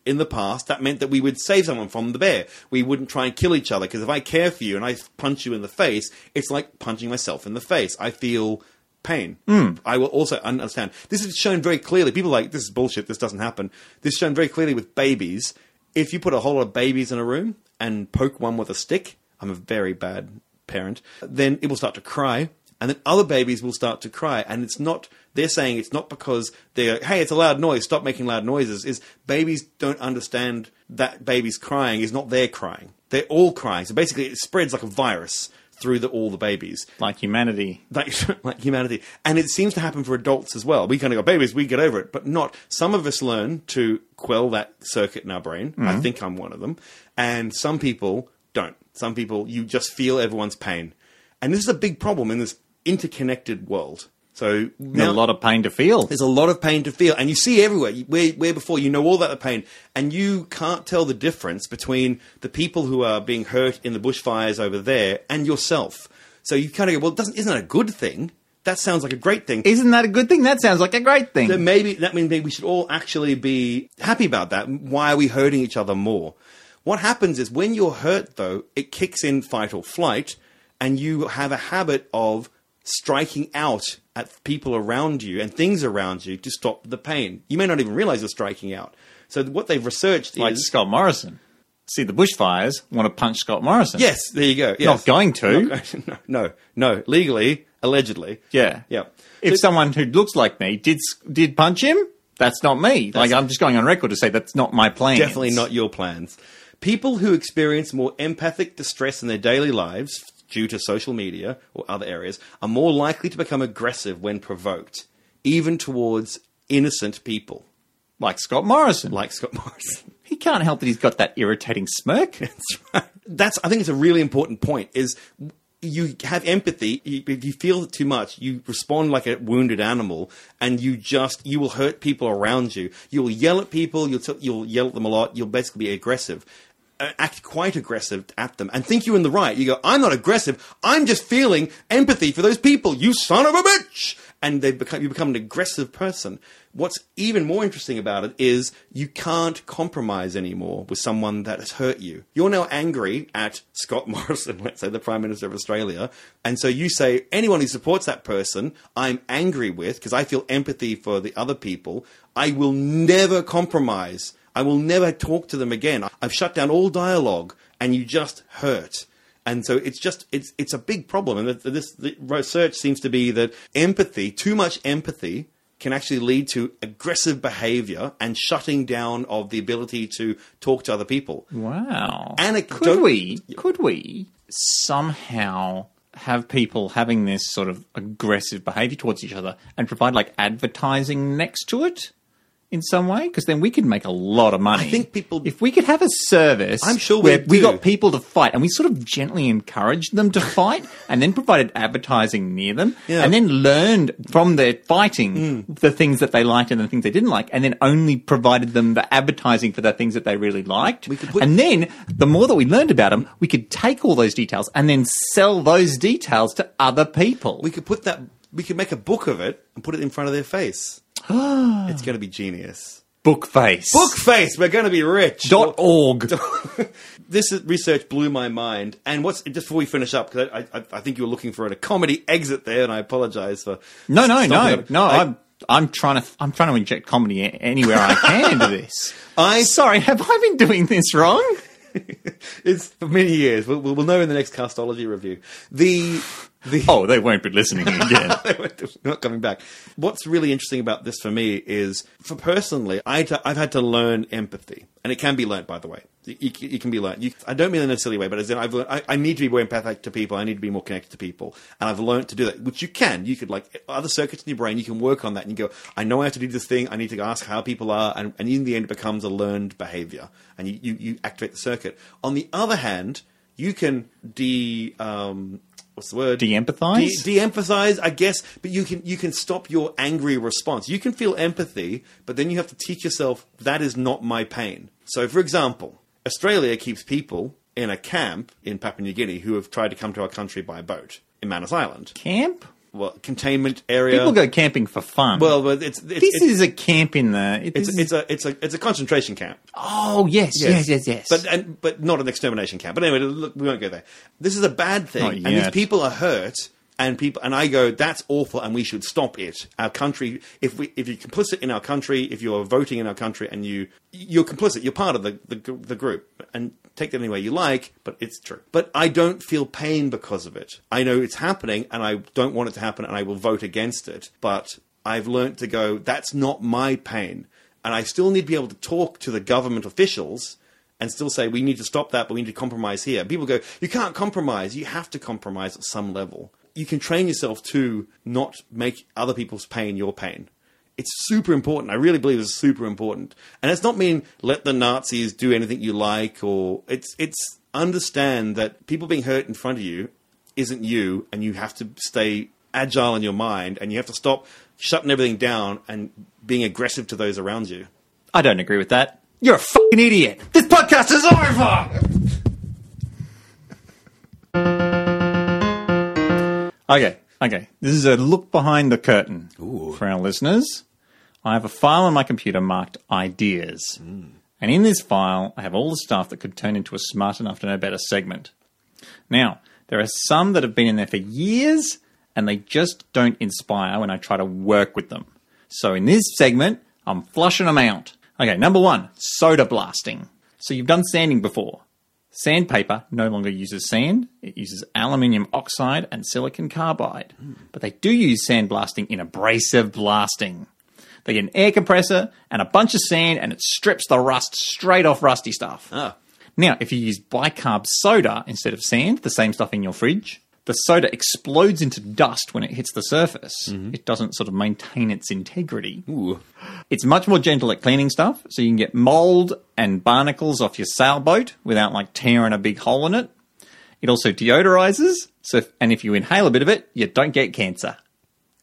Speaker 3: In the past, that meant that we would save someone from the bear. We wouldn't try and kill each other because if I care for you and I punch you in the face, it's like punching myself in the face. I feel pain. I will also understand. This is shown very clearly. People are like, this is bullshit. This doesn't happen. This is shown very clearly with babies if you put a whole lot of babies in a room and poke one with a stick, I'm a very bad parent, then it will start to cry. And then other babies will start to cry. And it's not, they're saying it's not because they're, hey, it's a loud noise, stop making loud noises. Is babies don't understand that baby's crying is not their crying. They're all crying. So basically, it spreads like a virus through the, all the babies
Speaker 2: Like humanity.
Speaker 3: like, like humanity. And it seems to happen for adults as well. We kind of go, babies, we get over it, but not. Some of us learn to quell that circuit in our brain. I think I'm one of them. And some people don't. Some people, you just feel everyone's pain. And this is a big problem in this interconnected world. So
Speaker 2: a
Speaker 3: now,
Speaker 2: lot of pain to feel.
Speaker 3: there's a lot of pain to feel, and you see everywhere. You- Where, where before you know all about the pain, and you can't tell the difference between the people who are being hurt in the bushfires over there and yourself. So you kind of go, well, doesn't isn't that a good thing? That sounds like a great thing.
Speaker 2: Isn't that a good thing? That sounds like a great thing.
Speaker 3: That maybe that means maybe we should all actually be happy about that. Why are we hurting each other more? What happens is when you're hurt, though, it kicks in fight or flight, and you have a habit of striking out at people around you and things around you to stop the pain. You may not even realize you're striking out. So what they've researched
Speaker 2: like
Speaker 3: is
Speaker 2: Scott Morrison. See, the bushfires want to punch Scott Morrison.
Speaker 3: yes, there you go.
Speaker 2: Not
Speaker 3: Yes.
Speaker 2: going to.
Speaker 3: no, no, no, legally, allegedly,
Speaker 2: Yeah.
Speaker 3: yeah.
Speaker 2: If someone who looks like me did did punch him, that's not me. like I'm just going on record to say that's not my plan.
Speaker 3: Definitely not your plans. People who experience more empathic distress in their daily lives due to social media or other areas are more likely to become aggressive when provoked, even towards innocent people
Speaker 2: like Scott Morrison. Like
Speaker 3: like Scott Morrison.
Speaker 2: he can't help that he's got that irritating smirk.
Speaker 3: That's I think it's a really important point is you have empathy you, if you feel it too much you respond like a wounded animal and you just you will hurt people around you you'll yell at people you'll t- you'll yell at them a lot you'll basically be aggressive uh, act quite aggressive at them and think you're in the right you go i'm not aggressive i'm just feeling empathy for those people you son of a bitch and they become you become an aggressive person what's even more interesting about it is you can't compromise anymore with someone that has hurt you you're now angry at scott morrison let's say the prime minister of australia and so you say anyone who supports that person i'm angry with because i feel empathy for the other people i will never compromise i will never talk to them again i've shut down all dialogue and you just hurt and so it's just it's it's a big problem, and that- this the research seems to be that empathy, too much empathy, can actually lead to aggressive behaviour and shutting down of the ability to talk to other people.
Speaker 2: Wow.
Speaker 3: Anecdote-
Speaker 2: could we could we somehow have people having this sort of aggressive behavior towards each other and provide like advertising next to it in some way because then we could make a lot of money.
Speaker 3: I think people-
Speaker 2: if we could have a service
Speaker 3: I'm sure
Speaker 2: where
Speaker 3: we
Speaker 2: we
Speaker 3: do.
Speaker 2: got people to fight and we sort of gently encouraged them to fight and then provided advertising near them
Speaker 3: Yeah. Mm.
Speaker 2: and then learned from their fighting the things that they liked and the things they didn't like and then only provided them the advertising for the things that they really liked
Speaker 3: We could put-
Speaker 2: and then the more that we learned about them, we could take all those details and then sell those details to other people.
Speaker 3: We could put that we could make a book of it and put it in front of their face. it's going to be genius.
Speaker 2: Bookface.
Speaker 3: Book face, we're going to be rich.
Speaker 2: Dot org.
Speaker 3: this is- research blew my mind. And what's just before we finish up because I, I, I think you were looking for a comedy exit there, and I apologise for
Speaker 2: No, no,
Speaker 3: stopping
Speaker 2: no,
Speaker 3: it.
Speaker 2: no.
Speaker 3: I-
Speaker 2: I'm I'm trying to I'm trying to inject comedy a- anywhere I can into this.
Speaker 3: I
Speaker 2: Sorry, have I been doing this wrong?
Speaker 3: it's for many years. We'll, we'll know in the next castology review. The the
Speaker 2: Oh, they won't be listening again.
Speaker 3: They're not coming back. What's really interesting about this for me is, for personally, I had to, I've had to learn empathy, and it can be learnt, by the way. It, it can be learnt. You, I don't mean in a silly way, but as in I've learned, I, I need to be more empathic to people. I need to be more connected to people, and I've learnt to do that. Which you can. You could like other circuits in your brain. You can work on that, and you go, I know I have to do this thing. I need to ask how people are, and, and in the end, it becomes a learned behavior, and you, you, you activate the circuit. On the other hand, you can de um, what's the word?
Speaker 2: De-empathise?
Speaker 3: De- de-emphasize, I guess, but you can you can stop your angry response. You can feel empathy, but then you have to teach yourself that is not my pain. So, for example, Australia keeps people in a camp in Papua New Guinea who have tried to come to our country by boat in Manus Island.
Speaker 2: Camp?
Speaker 3: Well, containment area.
Speaker 2: People go camping for fun.
Speaker 3: well, but it's it's,
Speaker 2: this
Speaker 3: it's,
Speaker 2: is a camp in the. it-
Speaker 3: it's,
Speaker 2: this
Speaker 3: it's a it's a it's a concentration camp.
Speaker 2: oh yes, yes, yes, yes.
Speaker 3: But and, but not an extermination camp. But anyway, look, we won't go there. This is a bad thing,
Speaker 2: Not
Speaker 3: and
Speaker 2: yet.
Speaker 3: these people are hurt. And people and I go, that's awful, and we should stop it. Our country, if we, if you're complicit in our country, if you're voting in our country, and you, you're complicit, you're part of the the, gr- the group, and Take that any way you like, but it's true. But I don't feel pain because of it. I know it's happening and I don't want it to happen and I will vote against it. But I've learnt to go, that's not my pain. And I still need to be able to talk to the government officials and still say we need to stop that, but we need to compromise here. People go, you can't compromise. You have to compromise at some level. You can train yourself to not make other people's pain your pain. It's super important. I really believe it's super important. And it's not mean let the Nazis do anything you like or it's it's understand that people being hurt in front of you isn't you and you have to stay agile in your mind and you have to stop shutting everything down and being aggressive to those around you.
Speaker 2: I don't agree with that. You're a fucking idiot. This podcast is over. okay, okay. This is a look behind the curtain for our listeners. I have a file on my computer marked ideas. And in this file, I have all the stuff that could turn into a smart enough to know better segment. Now, there are some that have been in there for years and they just don't inspire when I try to work with them. So in this segment, I'm flushing them out. Okay, number one, soda blasting. So you've done sanding before. Sandpaper no longer uses sand, it uses aluminium oxide and silicon carbide. But they do use sandblasting in abrasive blasting. They get an air compressor and a bunch of sand and it strips the rust straight off rusty stuff.
Speaker 3: Ah.
Speaker 2: Now, if you use bicarb soda instead of sand, the same stuff in your fridge, the soda explodes into dust when it hits the surface. It doesn't sort of maintain its integrity.
Speaker 3: Mm-hmm. Ooh.
Speaker 2: It's much more gentle at cleaning stuff, so you can get mold and barnacles off your sailboat without like tearing a big hole in it. It also deodorizes, so if, and if you inhale a bit of it, you don't get cancer.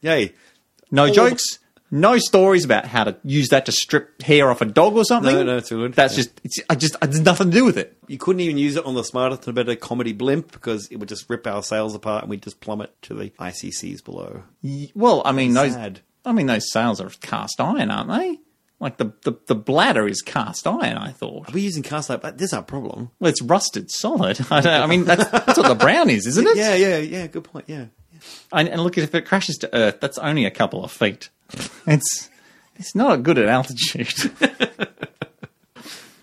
Speaker 3: Yay. Oh.
Speaker 2: No jokes, no stories about how to use that to strip hair off a dog or something.
Speaker 3: No, no, it's all good.
Speaker 2: That's
Speaker 3: Yeah.
Speaker 2: just it's, I just it's nothing to do with it.
Speaker 3: You couldn't even use it on the smarter and better comedy blimp because it would just rip our sales apart and we'd just plummet to the ICCs below.
Speaker 2: Y- Well, I mean those
Speaker 3: Sad.
Speaker 2: I mean those sails are of cast iron, aren't they? Like the, the, the bladder is cast iron, I thought.
Speaker 3: We're using cast iron, but there's our problem.
Speaker 2: Well, it's rusted solid. I, don't, I mean, that's, that's what the brown is, isn't it?
Speaker 3: Yeah, yeah, yeah. Good point. Yeah.
Speaker 2: And, and look, if it crashes to Earth, that's only a couple of feet. It's it's not good at altitude.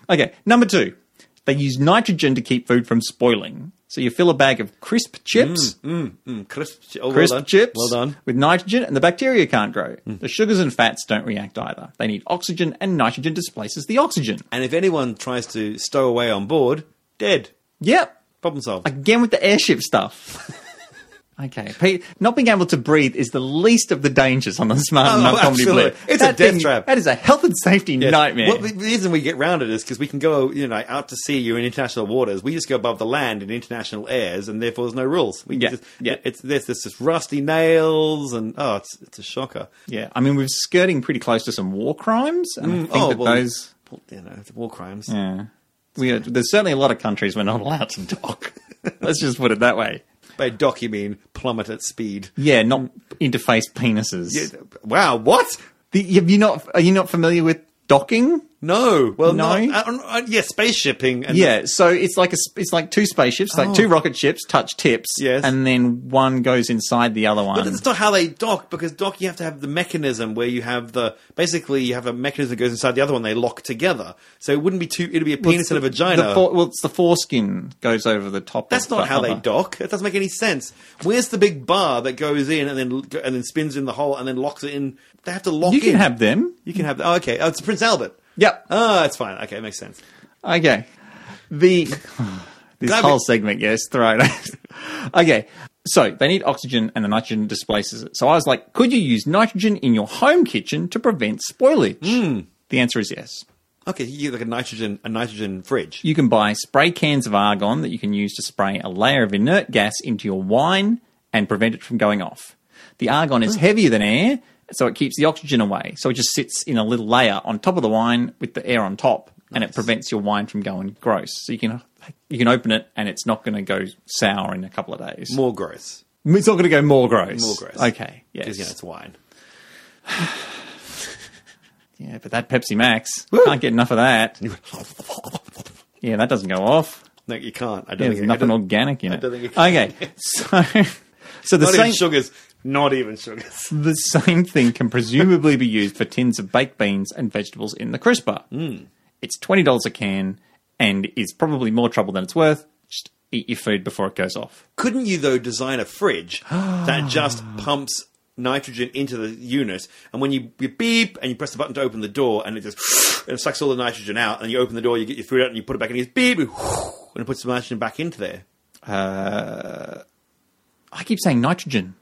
Speaker 2: okay, number two, they use nitrogen to keep food from spoiling. So you fill a bag of crisp chips,
Speaker 3: Mm, crisp, chi- oh,
Speaker 2: crisp
Speaker 3: well done.
Speaker 2: chips,
Speaker 3: Well done.
Speaker 2: with nitrogen, and the bacteria can't grow. The sugars and fats don't react either. They need oxygen, and nitrogen displaces the oxygen.
Speaker 3: And if anyone tries to stow away on board, dead.
Speaker 2: Yep,
Speaker 3: Problem solved.
Speaker 2: Again with the airship stuff. okay, Pete, not being able to breathe is the least of the dangers on the smart
Speaker 3: Oh,
Speaker 2: enough comedy
Speaker 3: absolutely.
Speaker 2: blip.
Speaker 3: It's a
Speaker 2: That
Speaker 3: death
Speaker 2: thing-
Speaker 3: trap.
Speaker 2: That is a health and safety
Speaker 3: Yeah.
Speaker 2: nightmare.
Speaker 3: Well, the reason we get round it is because we can go, you know, out to sea you in international waters. We just go above the land in international airs, and therefore there's no rules. We can
Speaker 2: Yeah.
Speaker 3: Just,
Speaker 2: Yeah.
Speaker 3: It's there's, there's just rusty nails, and oh, it's it's a shocker.
Speaker 2: yeah, I mean we're skirting pretty close to some war crimes, and I think
Speaker 3: oh,
Speaker 2: that
Speaker 3: well,
Speaker 2: those.
Speaker 3: Well, you know, it's war crimes.
Speaker 2: Yeah, we are, there's certainly a lot of countries we're not allowed to dock. Let's just put it that way.
Speaker 3: By dock you mean plummet at speed.
Speaker 2: Yeah, not interface penises.
Speaker 3: Yeah, Wow, what?
Speaker 2: The, have you not? Are you not familiar with docking?
Speaker 3: No. Well,
Speaker 2: No?
Speaker 3: no. I don't- I- uh, yeah, space shipping. And
Speaker 2: Yeah, so it's like a sp- it's like two spaceships, like two rocket ships touch tips,
Speaker 3: Oh. Yes.
Speaker 2: and then one goes inside the other
Speaker 3: But
Speaker 2: one.
Speaker 3: that's not how they dock because dock you have to have the mechanism where you have the basically you have a mechanism that goes inside the other one. They lock together, so it wouldn't be two. It'd be a penis
Speaker 2: Well,
Speaker 3: and a
Speaker 2: it's the-
Speaker 3: vagina.
Speaker 2: the fore- well, it's the foreskin goes over the top.
Speaker 3: That's
Speaker 2: of
Speaker 3: not
Speaker 2: the
Speaker 3: how they
Speaker 2: other.
Speaker 3: dock. It doesn't make any sense. Where's the big bar that goes in and then and then spins in the hole and then locks it in? They have to lock.
Speaker 2: You
Speaker 3: in.
Speaker 2: can have them.
Speaker 3: You can have. Oh, okay. Oh, it's Prince Albert.
Speaker 2: Yep.
Speaker 3: Oh, it's fine. Okay, it makes sense.
Speaker 2: Okay. The this
Speaker 3: Glad we-
Speaker 2: whole segment, yes, thrown. okay. So they need oxygen, and the nitrogen displaces it. So I was like, could you use nitrogen in your home kitchen to prevent spoilage?
Speaker 3: Hmm.
Speaker 2: The answer is yes.
Speaker 3: Okay, you get like a nitrogen a nitrogen fridge.
Speaker 2: You can buy spray cans of argon that you can use to spray a layer of inert gas into your wine and prevent it from going off. The argon is heavier than air, so it keeps the oxygen away. So it just sits in a little layer on top of the wine with the air on top, and it prevents your wine from going gross. So you can you can open it, and it's not going to go sour in a couple of days.
Speaker 3: More gross
Speaker 2: it's not going to go more gross.
Speaker 3: More gross.
Speaker 2: Okay.
Speaker 3: because
Speaker 2: Yes.
Speaker 3: you know it's wine.
Speaker 2: Yeah, but that Pepsi Max can't get enough of that. Yeah, that doesn't go off.
Speaker 3: No, you can't. I
Speaker 2: Yeah,
Speaker 3: don't
Speaker 2: there's
Speaker 3: think I
Speaker 2: nothing
Speaker 3: don't-
Speaker 2: organic in it.
Speaker 3: don't think it-
Speaker 2: Okay, so so the
Speaker 3: Not
Speaker 2: same
Speaker 3: even sugars. Not even sugars.
Speaker 2: the same thing can presumably
Speaker 3: Hmm.
Speaker 2: be used for tins of baked beans and vegetables in the crisper. It's twenty dollars a can, and is probably more trouble than it's worth. Just eat your food before it goes off.
Speaker 3: Couldn't you though design a fridge that just
Speaker 2: Ah.
Speaker 3: pumps nitrogen into the unit, and when you, you beep and you press the button to open the door, and it just and it sucks all the nitrogen out, and you open the door, you get your food out, and you put it back in, it's beep, and it puts the nitrogen back into there.
Speaker 2: I keep saying nitrogen.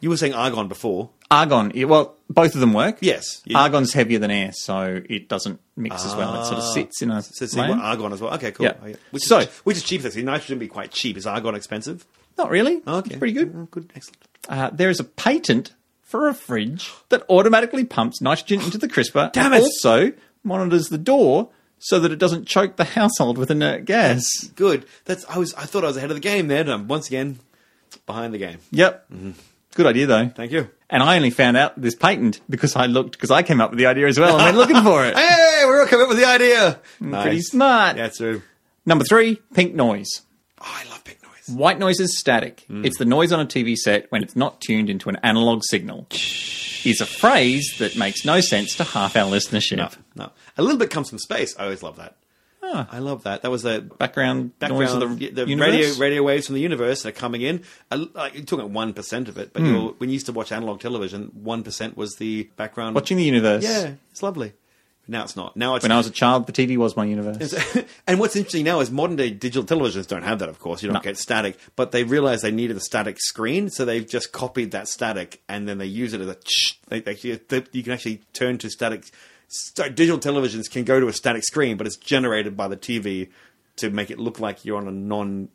Speaker 3: You were saying argon before.
Speaker 2: Argon, yeah, well, both of them work.
Speaker 3: Yes. You-
Speaker 2: Argon's heavier than air, so it doesn't mix as well. It sort of sits in a.
Speaker 3: Ah. So it's
Speaker 2: layer.
Speaker 3: like argon as well. Okay, cool.
Speaker 2: Yeah.
Speaker 3: Okay. Which is,
Speaker 2: So-
Speaker 3: which is cheap. Actually, nitrogen would be quite cheap. Is argon expensive?
Speaker 2: Not really.
Speaker 3: Okay,
Speaker 2: It's pretty good.
Speaker 3: Mm, Good, excellent.
Speaker 2: Uh, there is a patent for a fridge that automatically pumps nitrogen into the crisper
Speaker 3: Damn
Speaker 2: and
Speaker 3: it.
Speaker 2: also monitors the door so that it doesn't choke the household with inert gas.
Speaker 3: Good. That's. I was. I thought I was ahead of the game there. And I'm once again behind the game.
Speaker 2: Yep. Good idea, though.
Speaker 3: Mm-hmm. Thank you.
Speaker 2: And I only found out this patent because I looked, because I came up with the idea as well and went looking for it.
Speaker 3: Hey, we're all coming up with the idea. Nice.
Speaker 2: Mm, Pretty smart.
Speaker 3: Yeah, true.
Speaker 2: Number three, pink noise.
Speaker 3: Oh, I love pink noise.
Speaker 2: White noise is static.
Speaker 3: Mm.
Speaker 2: It's the noise on a TV set when it's not tuned into an analog signal. Is a phrase that makes no sense to half our listenership.
Speaker 3: No, no. A little bit comes from space. I always love that. I love that. That was the
Speaker 2: Background,
Speaker 3: background,
Speaker 2: Ah. noise of
Speaker 3: yeah,
Speaker 2: the,
Speaker 3: the
Speaker 2: universe?
Speaker 3: radio radio waves from the universe that are coming in. I, like, you're talking one percent of it,
Speaker 2: Hmm.
Speaker 3: but you're, when you used to watch analog television, one percent was the background.
Speaker 2: Watching the universe.
Speaker 3: yeah, it's lovely. Now it's not. Now it's
Speaker 2: When I was a child, the TV was my universe.
Speaker 3: and what's interesting now is modern day digital televisions don't have that, of course. You don't
Speaker 2: No.
Speaker 3: get static, but they realize they needed a static screen, so they've just copied that static and then they use it as a. Ch- they, they, they, you can actually turn to static. So digital televisions can go to a static screen, but it's generated by the TV to make it look like you're on a non.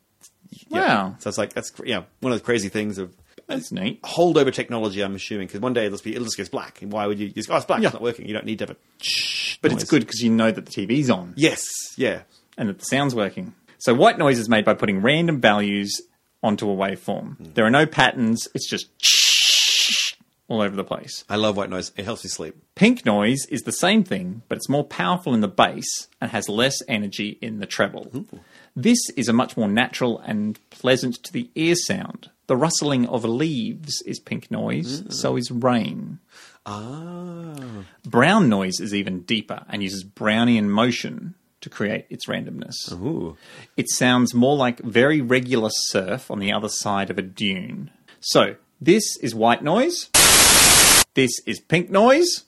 Speaker 3: yeah.
Speaker 2: Wow.
Speaker 3: So it's like that's cr- yeah one of the crazy things of
Speaker 2: That's neat.
Speaker 3: holdover technology. I'm assuming because one day it'll just be it'll just goes black. And why would you just oh it's black?
Speaker 2: Yeah.
Speaker 3: It's not working. You don't need to have a. Ch-
Speaker 2: But
Speaker 3: noise.
Speaker 2: it's good because you know that the TV's on
Speaker 3: Yes. Yeah.
Speaker 2: and that the sound's working. So white noise is made by putting random values onto a waveform. There are no patterns. It's just all over the place.
Speaker 3: I love white noise. It helps me sleep.
Speaker 2: Pink noise is the same thing, but it's more powerful in the bass and has less energy in the treble. This is a much more natural and pleasant to the ear sound. The rustling of leaves is pink noise, so is rain.
Speaker 3: Ah.
Speaker 2: Brown noise is even deeper and uses Brownian motion to create its randomness.
Speaker 3: Ooh.
Speaker 2: It sounds more like very regular surf on the other side of a dune. So, this is white noise. This is pink noise.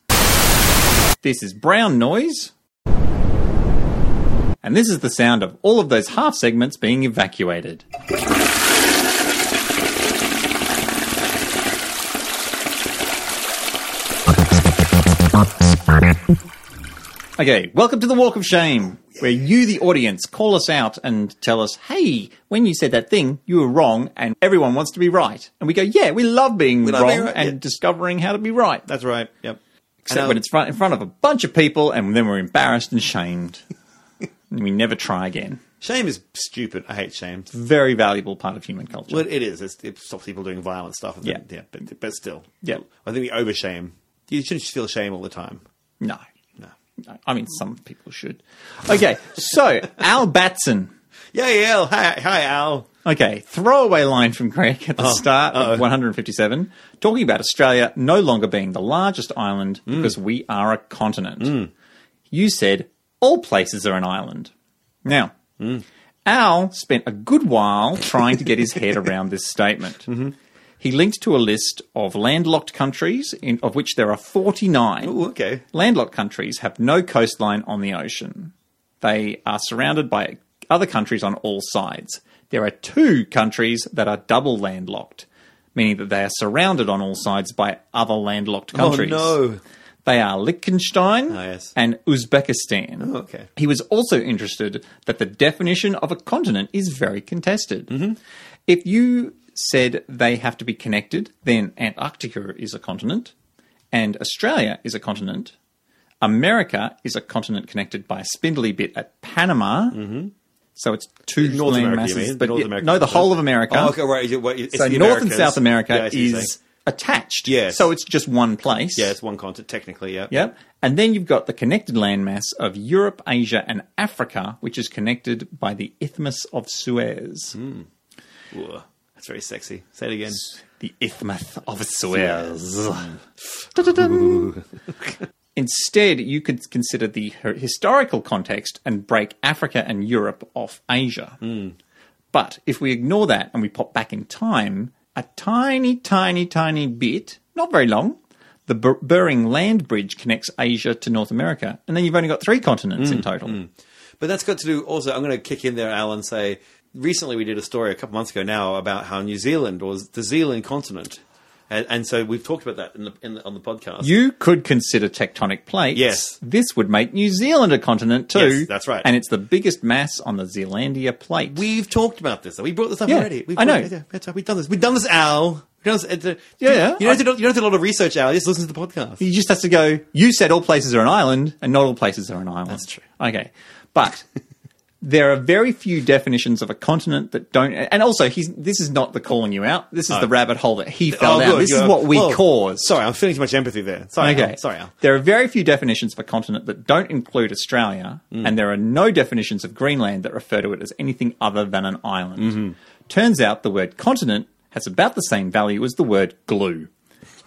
Speaker 2: This is brown noise. And this is the sound of all of those half segments being evacuated. Okay, welcome to the Walk of Shame, where you, the audience, call us out and tell us, hey, when you said that thing, you were wrong, and everyone wants to be right. And we go, yeah, we love being
Speaker 3: love
Speaker 2: wrong
Speaker 3: being right,
Speaker 2: and
Speaker 3: yeah."
Speaker 2: discovering how to be right.
Speaker 3: That's right. Yep.
Speaker 2: Except when it's front, in front of a bunch of people, and then we're embarrassed and shamed. and we never try again.
Speaker 3: shame is stupid. I hate shame.
Speaker 2: Very valuable part of human culture.
Speaker 3: Well, it is. It's, it stops people doing violent stuff. And then,
Speaker 2: Yeah.
Speaker 3: yeah. But but still.
Speaker 2: Yeah.
Speaker 3: I think we over shame. You shouldn't feel shame all the time.
Speaker 2: no.
Speaker 3: No.
Speaker 2: No. I mean, some people should. Okay, so Al Batson.
Speaker 3: Yeah. Yeah. Al. Hi. Hi. Al.
Speaker 2: Okay, throwaway line from Greg at the start of 157, talking about Australia no longer being the largest island because we are a continent. You said all places are an island. Now, Al spent a good while trying to get his head around this statement. He linked to a list of landlocked countries, in, of which there are 49.
Speaker 3: Ooh, okay.
Speaker 2: Landlocked countries have no coastline on the ocean. They are surrounded by other countries on all sides. There are two countries that are double landlocked, meaning that they are surrounded on all sides by other landlocked countries.
Speaker 3: Oh, no.
Speaker 2: They are Liechtenstein
Speaker 3: Ah, yes.
Speaker 2: and Uzbekistan.
Speaker 3: Oh, okay.
Speaker 2: He was also interested that the definition of a continent is very contested.
Speaker 3: Mm-hmm.
Speaker 2: If you said they have to be connected, then Antarctica is a continent, and Australia is a continent. America is a continent connected by a spindly bit at Panama. Mm-hmm. So it's two
Speaker 3: North
Speaker 2: land
Speaker 3: America, you
Speaker 2: masses,
Speaker 3: mean?
Speaker 2: but
Speaker 3: North
Speaker 2: yeah,
Speaker 3: America.
Speaker 2: no, the whole of America.
Speaker 3: Oh, okay. Right. It- well, It's
Speaker 2: So
Speaker 3: the
Speaker 2: North and
Speaker 3: Americas.
Speaker 2: South America
Speaker 3: Yeah, I see what you're
Speaker 2: is
Speaker 3: saying.
Speaker 2: attached.
Speaker 3: Yes.
Speaker 2: So it's just one place.
Speaker 3: Yeah. It's one continent technically. Yeah.
Speaker 2: Yep. And then you've got the connected landmass of Europe, Asia, and Africa, which is connected by the Isthmus of Suez.
Speaker 3: Ooh, that's very sexy. Say it again.
Speaker 2: The Isthmus of Suez. Instead, you could consider the hi- historical context and break Africa and Europe off Asia. But if we ignore that and we pop back in time, a tiny, tiny, tiny bit, not very long, the Bur- Bering Land Bridge connects Asia to North America. And then you've only got three continents in total.
Speaker 3: But that's got to do also. I'm going to kick in there, Al, and say recently we did a story a couple months ago now about how New Zealand was the Zealand continent, and, and so we've talked about that in the, in the, on the podcast.
Speaker 2: You could consider tectonic plates.
Speaker 3: Yes.
Speaker 2: This would make New Zealand a continent too.
Speaker 3: Yes, that's right.
Speaker 2: And it's the biggest mass on the Zealandia plate.
Speaker 3: we've talked about this. We brought this up
Speaker 2: Yeah,
Speaker 3: already. We've
Speaker 2: I know.
Speaker 3: yeah, that's right. We've done this. We've done this, Al. We've done this, it's a-
Speaker 2: Yeah,
Speaker 3: You don't, have to do, you don't have to do a lot of research, Al. Just listen to the podcast.
Speaker 2: you just have to go, you said all places are an island, and not all places are an island.
Speaker 3: That's true.
Speaker 2: Okay. But there are very few definitions of a continent that don't. And also, he's, this is not the calling you out. This is the rabbit hole that he fell down.
Speaker 3: Oh. good,
Speaker 2: this is
Speaker 3: good.
Speaker 2: what we
Speaker 3: Oh,
Speaker 2: caused.
Speaker 3: Sorry, I'm feeling too much empathy there. Sorry,
Speaker 2: Okay.
Speaker 3: Al. Sorry, Al.
Speaker 2: There are very few definitions of a continent that don't include Australia,
Speaker 3: Mm.
Speaker 2: and there are no definitions of Greenland that refer to it as anything other than an island.
Speaker 3: Mm-hmm.
Speaker 2: Turns out the word continent has about the same value as the word glue.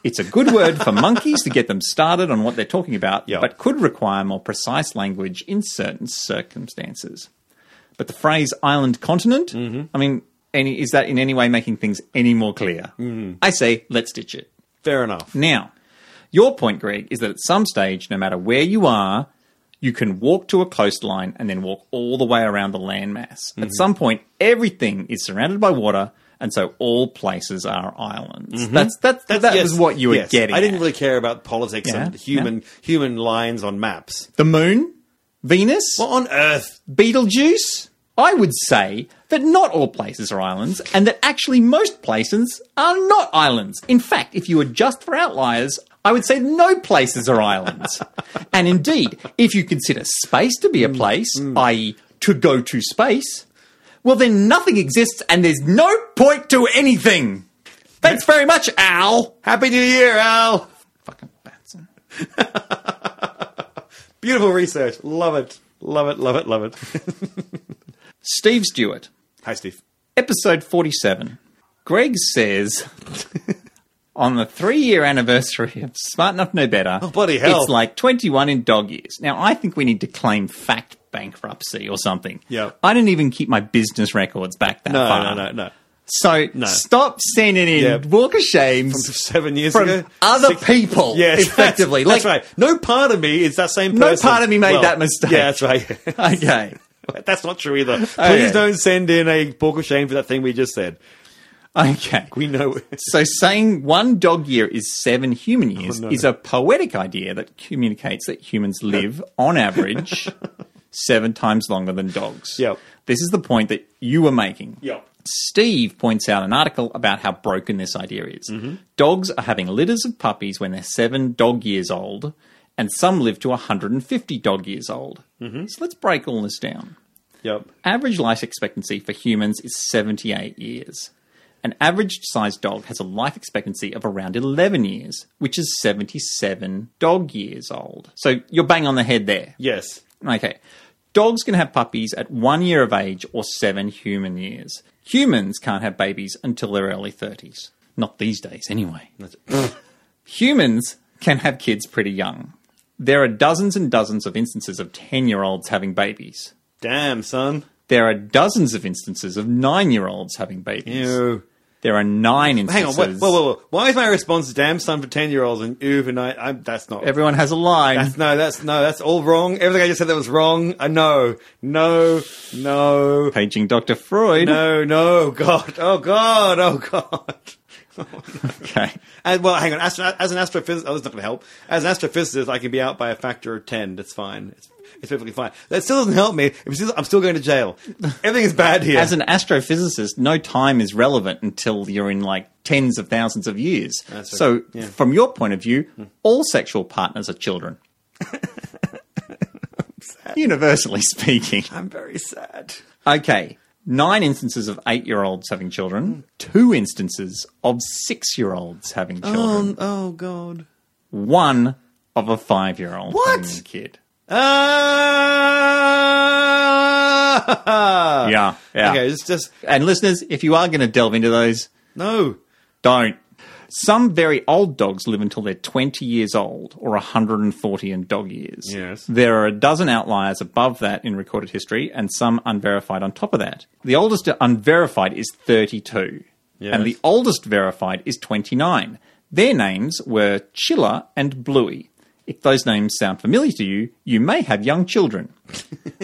Speaker 2: It's a good word for monkeys to get them started on what they're talking about,
Speaker 3: Yeah.
Speaker 2: but could require more precise language in certain circumstances. But the phrase island continent,
Speaker 3: Mm-hmm.
Speaker 2: I mean, any, is that in any way making things any more clear?
Speaker 3: Mm-hmm.
Speaker 2: I say, let's ditch it.
Speaker 3: Fair enough.
Speaker 2: Now, your point, Greg, is that at some stage, no matter where you are, you can walk to a coastline and then walk all the way around the landmass.
Speaker 3: Mm-hmm.
Speaker 2: At some point, everything is surrounded by water, and so all places are islands. That's, that's, that
Speaker 3: Mm-hmm. Yes,
Speaker 2: was what you were
Speaker 3: yes.
Speaker 2: getting.
Speaker 3: I didn't
Speaker 2: at.
Speaker 3: really care about politics
Speaker 2: Yeah,
Speaker 3: and human human lines on maps.
Speaker 2: The moon, Venus,
Speaker 3: What on earth?
Speaker 2: Beetlejuice. I would say that not all places are islands, and that actually most places are not islands. In fact, if you adjust for outliers, I would say no places are islands. and indeed, if you consider space to be a place, i.e., to go to space, well, then nothing exists and there's no point to anything. Thanks very much, Al.
Speaker 3: Happy New Year, Al.
Speaker 2: Fucking Batson.
Speaker 3: Beautiful research. Love it. Love it. Love it. Love it.
Speaker 2: Steve Stewart.
Speaker 3: Hi, Steve.
Speaker 2: Episode 47. Greg says on the three year anniversary of Smart Enough No Better, oh,
Speaker 3: bloody hell.
Speaker 2: it's like 21 in dog years. Now, I think we need to claim fact bankruptcy or something.
Speaker 3: Yeah.
Speaker 2: I didn't even keep my business records back that
Speaker 3: No,
Speaker 2: far.
Speaker 3: no, no, no.
Speaker 2: So stop sending in
Speaker 3: Yeah.
Speaker 2: Walker Shames
Speaker 3: Seven years
Speaker 2: from
Speaker 3: ago.
Speaker 2: other
Speaker 3: Six-
Speaker 2: people,
Speaker 3: Yes, that's-
Speaker 2: effectively.
Speaker 3: That's,
Speaker 2: Like-
Speaker 3: right. No part of me is that same
Speaker 2: No
Speaker 3: person.
Speaker 2: part of me made that mistake. Oh,
Speaker 3: Yeah, that's right.
Speaker 2: Okay.
Speaker 3: that's not true either. Please
Speaker 2: Okay.
Speaker 3: don't send in a book of shame for that thing we just said.
Speaker 2: Okay.
Speaker 3: We know.
Speaker 2: So saying one dog year is seven human years
Speaker 3: Oh, no.
Speaker 2: is a poetic idea that communicates that humans live on average seven times longer than dogs.
Speaker 3: Yep.
Speaker 2: This is the point that you were making.
Speaker 3: Yep.
Speaker 2: Steve points out an article about how broken this idea is.
Speaker 3: Mm-hmm.
Speaker 2: Dogs are having litters of puppies when they're seven dog years old, and some live to 150 dog years old.
Speaker 3: Mm-hmm.
Speaker 2: So let's break all this down.
Speaker 3: yep.
Speaker 2: Average life expectancy for humans is 78 years. An average sized dog has a life expectancy of around 11 years, which is 77 dog years old. So you're bang on the head there.
Speaker 3: Yes.
Speaker 2: Okay. Dogs can have puppies at one year of age or seven human years. Humans can't have babies until their early 30s. Not these days, anyway. Humans can have kids pretty young. There are dozens and dozens of instances of 10 year olds having babies.
Speaker 3: Damn, son.
Speaker 2: There are dozens of instances of nine year olds having babies.
Speaker 3: Ew.
Speaker 2: There are nine
Speaker 3: Hang
Speaker 2: instances.
Speaker 3: on. Wait, whoa, whoa, whoa. Why is my response "damn son" for ten-year-olds and overnight? I'm, that's not.
Speaker 2: Everyone has a line.
Speaker 3: That's no, that's no, that's all wrong. Everything I just said that was wrong. Uh, no, no, no,
Speaker 2: Paging Dr. Freud.
Speaker 3: no, no. God, oh God, oh God.
Speaker 2: Okay.
Speaker 3: And, well, hang on. As, as an astrophysicist, oh, that's not going to help. As an astrophysicist, I can be out by a factor of ten. That's fine. It's, it's perfectly fine. That still doesn't help me. I'm still, I'm still going to jail. Everything is bad here.
Speaker 2: As an astrophysicist, no time is relevant until you're in like tens of thousands of years.
Speaker 3: That's
Speaker 2: so,
Speaker 3: okay. Yeah. Hmm.
Speaker 2: from your point of view, all sexual partners are children. Universally speaking.
Speaker 3: I'm very sad.
Speaker 2: Okay. Nine instances of eight year olds having
Speaker 3: Hmm.
Speaker 2: children, two instances of six year olds having children.
Speaker 3: Um, oh God.
Speaker 2: one of a five year old
Speaker 3: What?
Speaker 2: kid.
Speaker 3: Ah!
Speaker 2: Yeah, yeah.
Speaker 3: Okay, it's just
Speaker 2: And listeners, if you are going to delve into those,
Speaker 3: no.
Speaker 2: don't. Some very old dogs live until they're 20 years old or 140 in dog years.
Speaker 3: Yes.
Speaker 2: There are a dozen outliers above that in recorded history and some unverified on top of that. The oldest unverified is 32.
Speaker 3: Yes.
Speaker 2: And the oldest verified is 29. Their names were Chiller and Bluey. If those names sound familiar to you, you may have young children.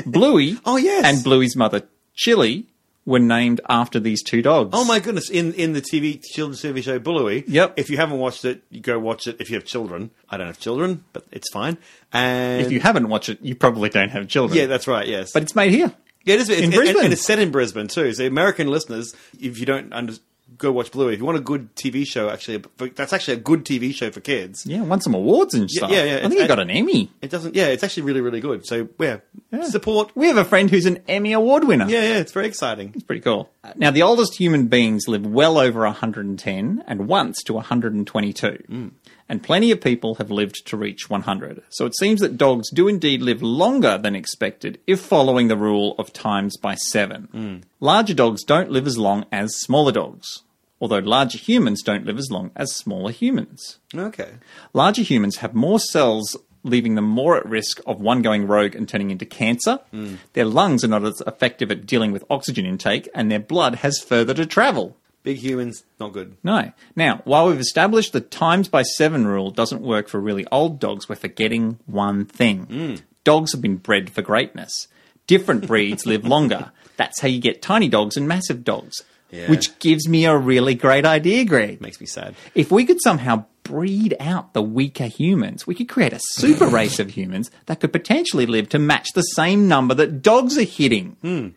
Speaker 2: Bluey
Speaker 3: Oh, yes.
Speaker 2: and Bluey's mother, Chili, were named after these two dogs.
Speaker 3: Oh my goodness! In in the TV children's TV show Bluey.
Speaker 2: Yep.
Speaker 3: If you haven't watched it, you go watch it. If you have children, I don't have children, but it's fine. And
Speaker 2: If you haven't watched it, you probably don't have children.
Speaker 3: yeah, that's right. Yes,
Speaker 2: but it's made here.
Speaker 3: Yeah, it is. It's,
Speaker 2: In
Speaker 3: and-
Speaker 2: Brisbane.
Speaker 3: And it's set in Brisbane, too. So, American listeners, if you don't under, go watch Bluey, if you want a good TV show, actually, but that's actually a good TV show for kids.
Speaker 2: Yeah, won some awards and stuff.
Speaker 3: yeah, yeah,
Speaker 2: I think
Speaker 3: it's-
Speaker 2: he got an Emmy.
Speaker 3: It doesn't, yeah, it's actually really, really good. So, yeah, support.
Speaker 2: We have a friend who's an Emmy award winner.
Speaker 3: Yeah, yeah, it's very exciting.
Speaker 2: It's pretty cool. Now, the oldest human beings live well over 110 and once to 122.
Speaker 3: Mm.
Speaker 2: And plenty of people have lived to reach 100. So it seems that dogs do indeed live longer than expected if following the rule of times by seven.
Speaker 3: Mm.
Speaker 2: Larger dogs don't live as long as smaller dogs, although larger humans don't live as long as smaller humans.
Speaker 3: Okay.
Speaker 2: Larger humans have more cells, leaving them more at risk of one going rogue and turning into cancer.
Speaker 3: Hmm.
Speaker 2: Their lungs are not as effective at dealing with oxygen intake, and their blood has further to travel.
Speaker 3: Big humans, not good.
Speaker 2: No. Now, while we've established the times by seven rule doesn't work for really old dogs, we're forgetting one thing.
Speaker 3: Hmm.
Speaker 2: Dogs have been bred for greatness. Different breeds live longer. That's how you get tiny dogs and massive dogs,
Speaker 3: Yeah.
Speaker 2: which gives me a really great idea, Greg.
Speaker 3: Makes me sad.
Speaker 2: If we could somehow breed out the weaker humans, we could create a super race of humans that could potentially live to match the same number that dogs are hitting.
Speaker 3: Hmm.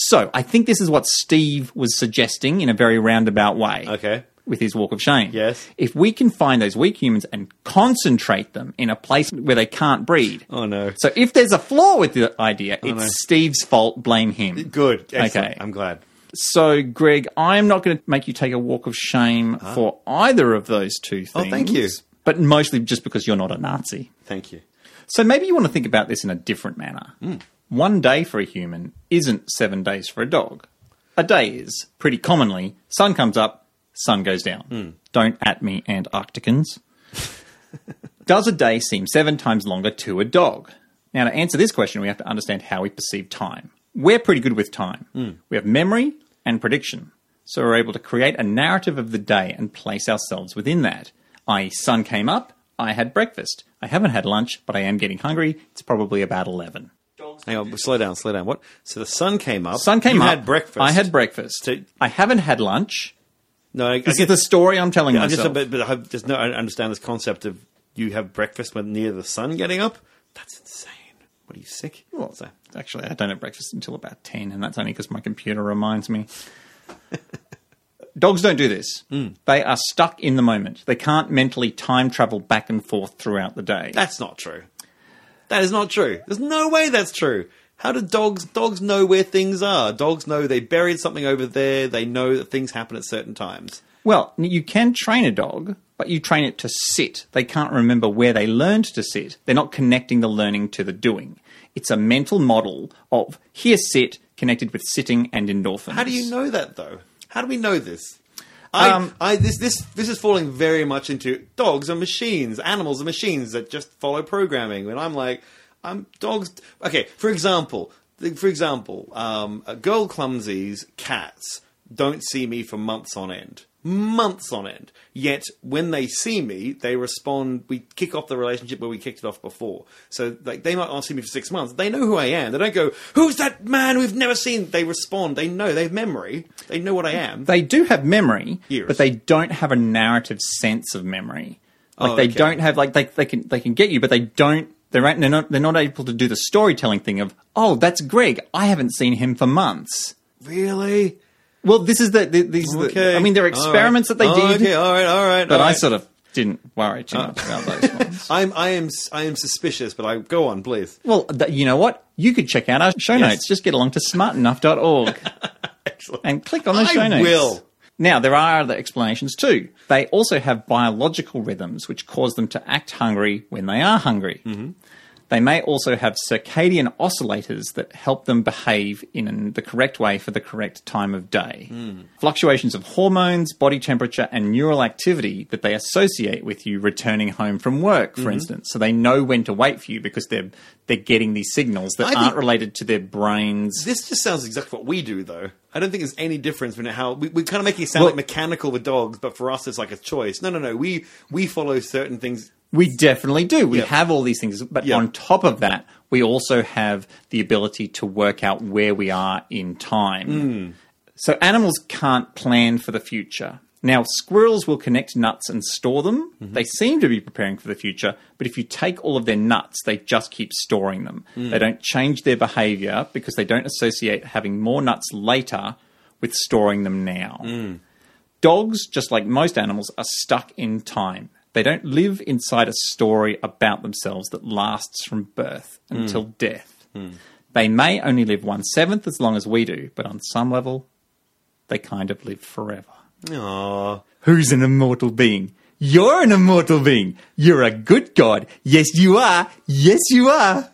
Speaker 2: So I think this is what Steve was suggesting in a very roundabout way.
Speaker 3: Okay.
Speaker 2: With his walk of shame.
Speaker 3: Yes.
Speaker 2: If we can find those weak humans and concentrate them in a place where they can't breed.
Speaker 3: Oh, no. Oh,
Speaker 2: So if there's a flaw with the idea, it's
Speaker 3: no.
Speaker 2: Steve's fault. Blame him.
Speaker 3: Good. Excellent.
Speaker 2: Okay.
Speaker 3: I'm glad.
Speaker 2: So, Greg, I'm not going to make you take a walk of shame for either of those two things.
Speaker 3: Ah. Oh, thank you.
Speaker 2: But mostly just because you're not a Nazi.
Speaker 3: Thank you.
Speaker 2: So maybe you want to think about this in a different manner.
Speaker 3: Hmm.
Speaker 2: One day for a human isn't seven days for a dog. A day is, pretty commonly, sun comes up, sun goes down.
Speaker 3: Hmm.
Speaker 2: Don't at me, Antarcticans. Does a day seem seven times longer to a dog? Now, to answer this question, we have to understand how we perceive time. We're pretty good with time.
Speaker 3: Hmm.
Speaker 2: We have memory and prediction. So we're able to create a narrative of the day and place ourselves within that. I sun came up, I had breakfast. I haven't had lunch, but I am getting hungry. It's probably about 11.
Speaker 3: Hang on, slow down, slow down. What? So the sun came up.
Speaker 2: Sun came
Speaker 3: you
Speaker 2: up.
Speaker 3: had breakfast.
Speaker 2: I had breakfast.
Speaker 3: So-
Speaker 2: I haven't had lunch.
Speaker 3: No, I, I
Speaker 2: This is
Speaker 3: get
Speaker 2: the story I'm telling
Speaker 3: I
Speaker 2: myself.
Speaker 3: just, but, but I have- just no, I don't understand this concept of you have breakfast when near the sun getting up. That's insane. What are you sick?
Speaker 2: Well,
Speaker 3: So-
Speaker 2: actually, I don't have breakfast until about 10, and that's only because my computer reminds me. Dogs don't do this.
Speaker 3: Hmm.
Speaker 2: They are stuck in the moment. They can't mentally time travel back and forth throughout the day.
Speaker 3: That's not true. That is not true. There's no way that's true. How do dogs dogs know where things are? Dogs know they buried something over there. They know that things happen at certain times.
Speaker 2: Well, you can train a dog, but you train it to sit. They can't remember where they learned to sit. They're not connecting the learning to the doing. It's a mental model of here sit connected with sitting and endorphins.
Speaker 3: How do you know that though? How do we know this? I,
Speaker 2: Um,
Speaker 3: I this this this is falling very much into dogs are machines, animals are machines that just follow programming. And I'm like, I'm dogs. Okay, for example, the- for example, um, a girl clumsy's cats don't see me for months on end, months on end. Yet when they see me, they respond. We kick off the relationship where we kicked it off before. So like they might not see me for six months. They know who I am. They don't go, "Who's that man we've never seen?" They respond. They know. They have memory. They know what I am.
Speaker 2: They do have memory,
Speaker 3: Years.
Speaker 2: but they don't have a narrative sense of memory. Like
Speaker 3: Oh,
Speaker 2: they
Speaker 3: okay.
Speaker 2: don't have like they, they can they can get you, but they don't. They're, at- they're not they're not able to do the storytelling thing of oh that's Greg I haven't seen him for months.
Speaker 3: Really?
Speaker 2: Well, this is the, the these are the- I mean there are
Speaker 3: All right.
Speaker 2: experiments that they
Speaker 3: Oh,
Speaker 2: did,
Speaker 3: Okay, all right, all right.
Speaker 2: but
Speaker 3: all
Speaker 2: I
Speaker 3: right.
Speaker 2: sort of didn't worry too much about those ones.
Speaker 3: I'm, I am, I am suspicious, but I go on, please.
Speaker 2: Well, th- you know what? You could check out our show
Speaker 3: Yes.
Speaker 2: notes. Just get along to smartenough.org and click on the
Speaker 3: I
Speaker 2: show notes.
Speaker 3: will.
Speaker 2: Now, there are other explanations too. They
Speaker 3: Mm-hmm.
Speaker 2: also have biological rhythms which cause them to act hungry when they are hungry. They may also have circadian oscillators that help them behave in the correct way for the correct time of day.
Speaker 3: Hmm.
Speaker 2: Fluctuations of hormones, body temperature, and neural activity that they associate with you returning home from work, for
Speaker 3: Mm-hmm.
Speaker 2: instance. So they know when to wait for you because they're they're getting these signals that
Speaker 3: I think-
Speaker 2: aren't related to their brains.
Speaker 3: This just sounds exactly what we do, though. I don't think there's any difference between how we, we kind of make it sound
Speaker 2: Well-
Speaker 3: like mechanical with dogs, but for us, it's like a choice. No, no, no. We we follow certain things.
Speaker 2: We definitely do. We
Speaker 3: Yep.
Speaker 2: have all these things, but
Speaker 3: Yep.
Speaker 2: on top of that, we also have the ability to work out where we are in time. So animals can't plan for the future. Now, squirrels will connect nuts and store them. They seem to be preparing for the future, but if you take all of their nuts, they just keep storing them. They don't change their behavior because they don't associate having more nuts later with storing them now. Dogs, just like most animals, are stuck in time. They don't live inside a story about themselves that lasts from birth until death. They may only live one seventh as long as we do, but on some level, they kind of live forever.
Speaker 3: Aww.
Speaker 2: Who's an immortal being? You're an immortal being. You're a good god. Yes, you are. Yes, you are.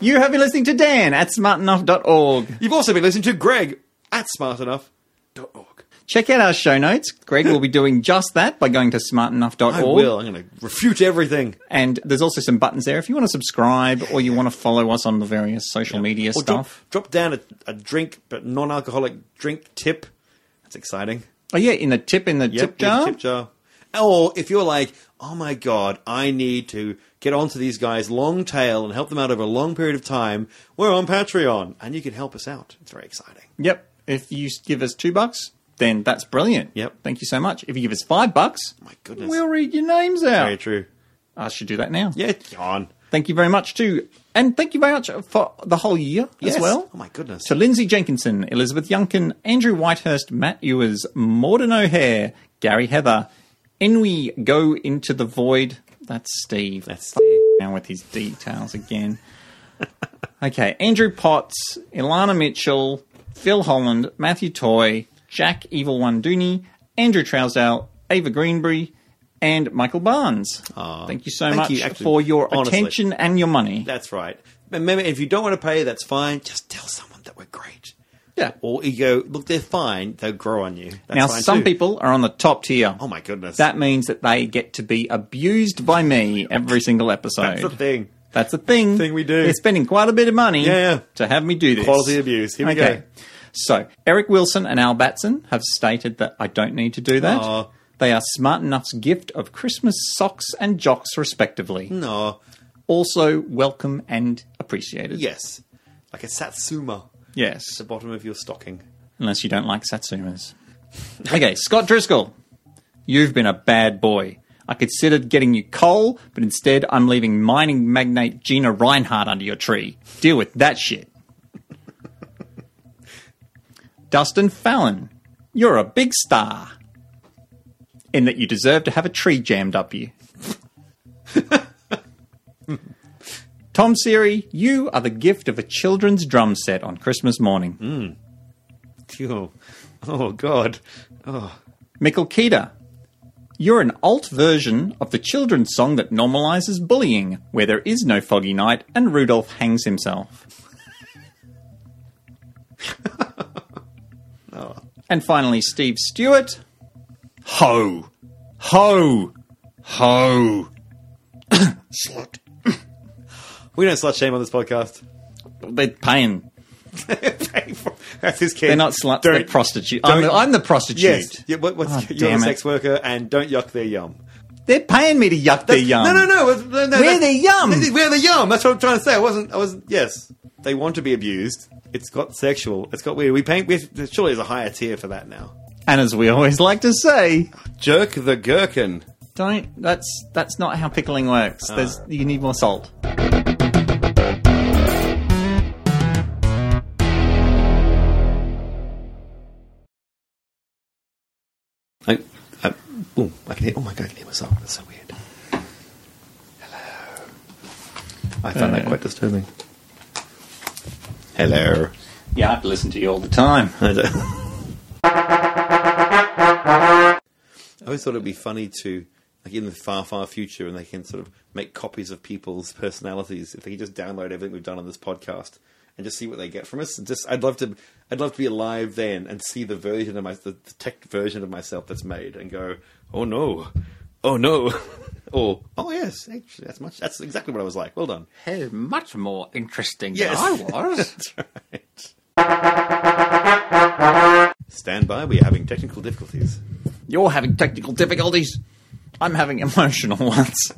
Speaker 2: You have been listening to Dan at smartenough.org.
Speaker 3: You've also been listening to Greg at smartenough.org.
Speaker 2: Check out our show notes. Greg will be doing just that by going to smartenough.org.
Speaker 3: I will. I'm going to refute everything.
Speaker 2: And there's also some buttons there if you want to subscribe or you want to follow us on the various social media
Speaker 3: Or drop,
Speaker 2: stuff.
Speaker 3: drop down a, a drink, but non alcoholic drink tip. That's exciting.
Speaker 2: Oh, yeah, in the tip in the
Speaker 3: Yep,
Speaker 2: tip
Speaker 3: give us
Speaker 2: jar.
Speaker 3: a Tip jar. Or if you're like, oh my god, I need to get onto these guys' long tail and help them out over a long period of time, we're on Patreon, and you can help us out. It's very exciting.
Speaker 2: Yep. If you s- give us two bucks, then that's brilliant.
Speaker 3: Yep. Oh
Speaker 2: Thank you so much. If you give us five bucks,
Speaker 3: My goodness.
Speaker 2: we'll read your names out.
Speaker 3: Very true.
Speaker 2: I should do that now.
Speaker 3: Yeah, it's on.
Speaker 2: Thank you very much too, and thank you very much for the whole year
Speaker 3: Yes.
Speaker 2: as well.
Speaker 3: Oh my goodness.
Speaker 2: To Lindsay Jenkinson, Elizabeth Youngkin, Andrew Whitehurst, Matt Ewers, Morden O'Hare, Gary Heather, Enwe Go Into the Void. That's Steve.
Speaker 3: That's
Speaker 2: F- Now with his details again. okay, Andrew Potts, Ilana Mitchell, Phil Holland, Matthew Toy, Jack Evil One Dooney, Andrew Trousdale, Ava Greenbury, and Michael Barnes. Thank you so
Speaker 3: Ah. Thank
Speaker 2: much
Speaker 3: you, actually,
Speaker 2: for your
Speaker 3: honestly.
Speaker 2: attention and your money.
Speaker 3: That's right. Remember, if you don't want to pay, that's fine. Just tell someone that we're great.
Speaker 2: Yeah.
Speaker 3: Or you go, look, they're fine. They'll grow on you. That's
Speaker 2: now,
Speaker 3: fine
Speaker 2: some
Speaker 3: too.
Speaker 2: people are on the top tier.
Speaker 3: Oh my goodness.
Speaker 2: That means that they get to be abused by me every single episode.
Speaker 3: That's the thing.
Speaker 2: That's a thing.
Speaker 3: Thing we do.
Speaker 2: They're spending quite a bit of money
Speaker 3: Yeah, yeah.
Speaker 2: to have me do this.
Speaker 3: Quality abuse. Here we go.
Speaker 2: So, Eric Wilson and Al Batson have stated that I don't need to do that.
Speaker 3: Aw.
Speaker 2: They are smart enough's gift of Christmas socks and jocks, respectively.
Speaker 3: No.
Speaker 2: Also welcome and appreciated.
Speaker 3: Yes. Like a satsuma at
Speaker 2: Yes.
Speaker 3: the bottom of your stocking.
Speaker 2: Unless you don't like Satsumas. okay, Scott Driscoll, you've been a bad boy. I considered getting you coal, but instead I'm leaving mining magnate Gina Reinhardt under your tree. Deal with that shit. Dustin Fallon, you're a big star. In that you deserve to have a tree jammed up you. Tom Seary, you are the gift of a children's drum set on Christmas morning.
Speaker 3: Phew. Oh God. Oh.
Speaker 2: Mikkel Keita, you're an alt version of the children's song that normalizes bullying, where there is no foggy night and Rudolph hangs himself. And finally, Steve Stewart. Ho! Ho! Ho! Slut.
Speaker 3: We don't slut shame on this podcast.
Speaker 2: They're paying.
Speaker 3: That's his kid.
Speaker 2: They're not sluts, they're
Speaker 3: Don't-
Speaker 2: prostitute. I'm the,
Speaker 3: don't-
Speaker 2: I'm the prostitute.
Speaker 3: Yes. Yeah, what, what's,
Speaker 2: Oh,
Speaker 3: you're a
Speaker 2: damn it.
Speaker 3: sex worker, and don't yuck their yum.
Speaker 2: They're paying me to yuck their yum.
Speaker 3: No, no, no. it's- no, no,
Speaker 2: We're
Speaker 3: that-
Speaker 2: the yum.
Speaker 3: We're the yum. That's what I'm trying to say. I wasn't. I was. Yes. They want to be abused. It's got sexual. It's got weird. We paint. We have, surely there's a higher tier for that now.
Speaker 2: And as we always like to say,
Speaker 3: Jerk the gherkin.
Speaker 2: Don't. That's that's not how pickling works. There's you need more salt.
Speaker 3: I, I, oh, I can hear, oh my god, I can hear myself. That's so weird. Hello. I found
Speaker 2: Uh.
Speaker 3: that quite disturbing. Hello.
Speaker 2: Yeah, I have to listen to you all the time.
Speaker 3: I don't- I always thought it'd be funny to like in the far, far future, and they can sort of make copies of people's personalities. If they can just download everything we've done on this podcast and just see what they get from us, just I'd love to, I'd love to be alive then and see the version of my, the, the tech version of myself that's made, and go, oh no, oh no, or oh yes, actually that's much, that's exactly what I was like. Well done.
Speaker 2: Hey, much more interesting
Speaker 3: Yes.
Speaker 2: than I was.
Speaker 3: That's right. Stand by, we are having technical difficulties.
Speaker 2: You're having technical difficulties. I'm having emotional ones.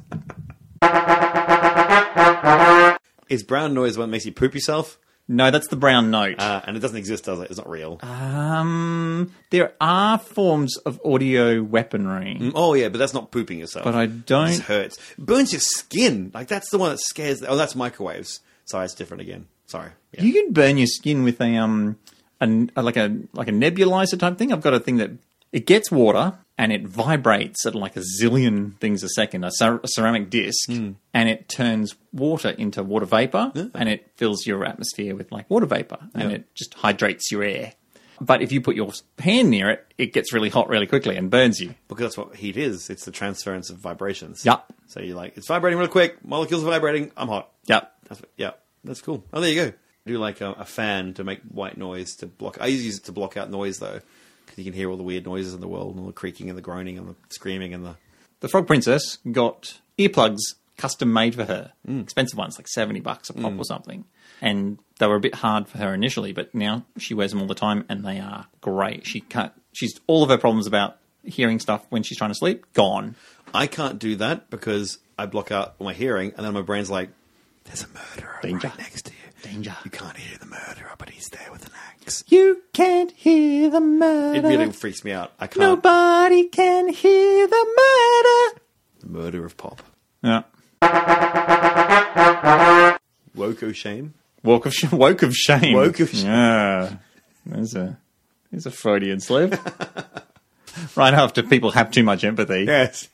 Speaker 3: Is brown noise one that makes you poop yourself?
Speaker 2: No, that's the brown note.
Speaker 3: Uh, and it doesn't exist, does it? It's not real.
Speaker 2: Uh, um, there are forms of audio weaponry,
Speaker 3: oh yeah, but that's not pooping yourself.
Speaker 2: but I
Speaker 3: This
Speaker 2: don't.
Speaker 3: hurts. Burns your skin. Like that's the one that scares. Oh, that's microwaves. Sorry, it's different again. Sorry. Yeah.
Speaker 2: You can burn your skin with a um, an, like a like a nebulizer type thing. I've got a thing that it gets water and it vibrates at like a zillion things a second, a, cer- a ceramic disc,
Speaker 3: Hmm.
Speaker 2: and it turns water into water vapor, and it fills your atmosphere with like water vapor, and
Speaker 3: Yeah.
Speaker 2: it just hydrates your air. But if you put your hand near it, it gets really hot really quickly and burns you.
Speaker 3: Because that's what heat is. It's the transference of vibrations.
Speaker 2: Yep.
Speaker 3: So you're like, it's vibrating real quick. Molecules are vibrating. I'm hot.
Speaker 2: Yep.
Speaker 3: That's what, yeah, that's cool. Oh, there you go. I do like a, a fan to make white noise to block. I usually use it to block out noise though, because you can hear all the weird noises in the world and all the creaking and the groaning and the screaming and the.
Speaker 2: The Frog Princess got earplugs custom made for her,
Speaker 3: Mm.
Speaker 2: expensive ones, like 70 bucks a pop or something. And they were a bit hard for her initially, but now she wears them all the time and they are great. She can't, she's all of her problems about hearing stuff when she's trying to sleep, gone.
Speaker 3: I can't do that because I block out my hearing, and then my brain's like, "There's a murderer
Speaker 2: Danger.
Speaker 3: right next to you.
Speaker 2: Danger.
Speaker 3: You can't hear the murderer, but he's there with an axe."
Speaker 2: You can't hear the murder.
Speaker 3: It really freaks me out. I can't.
Speaker 2: Nobody can hear the murder.
Speaker 3: The murder of pop.
Speaker 2: Yeah.
Speaker 3: Woko shame.
Speaker 2: Woke of, sh- woke of shame.
Speaker 3: Woke of shame.
Speaker 2: Yeah. There's a, there's a Freudian slip. right after people have too much empathy.
Speaker 3: Yes.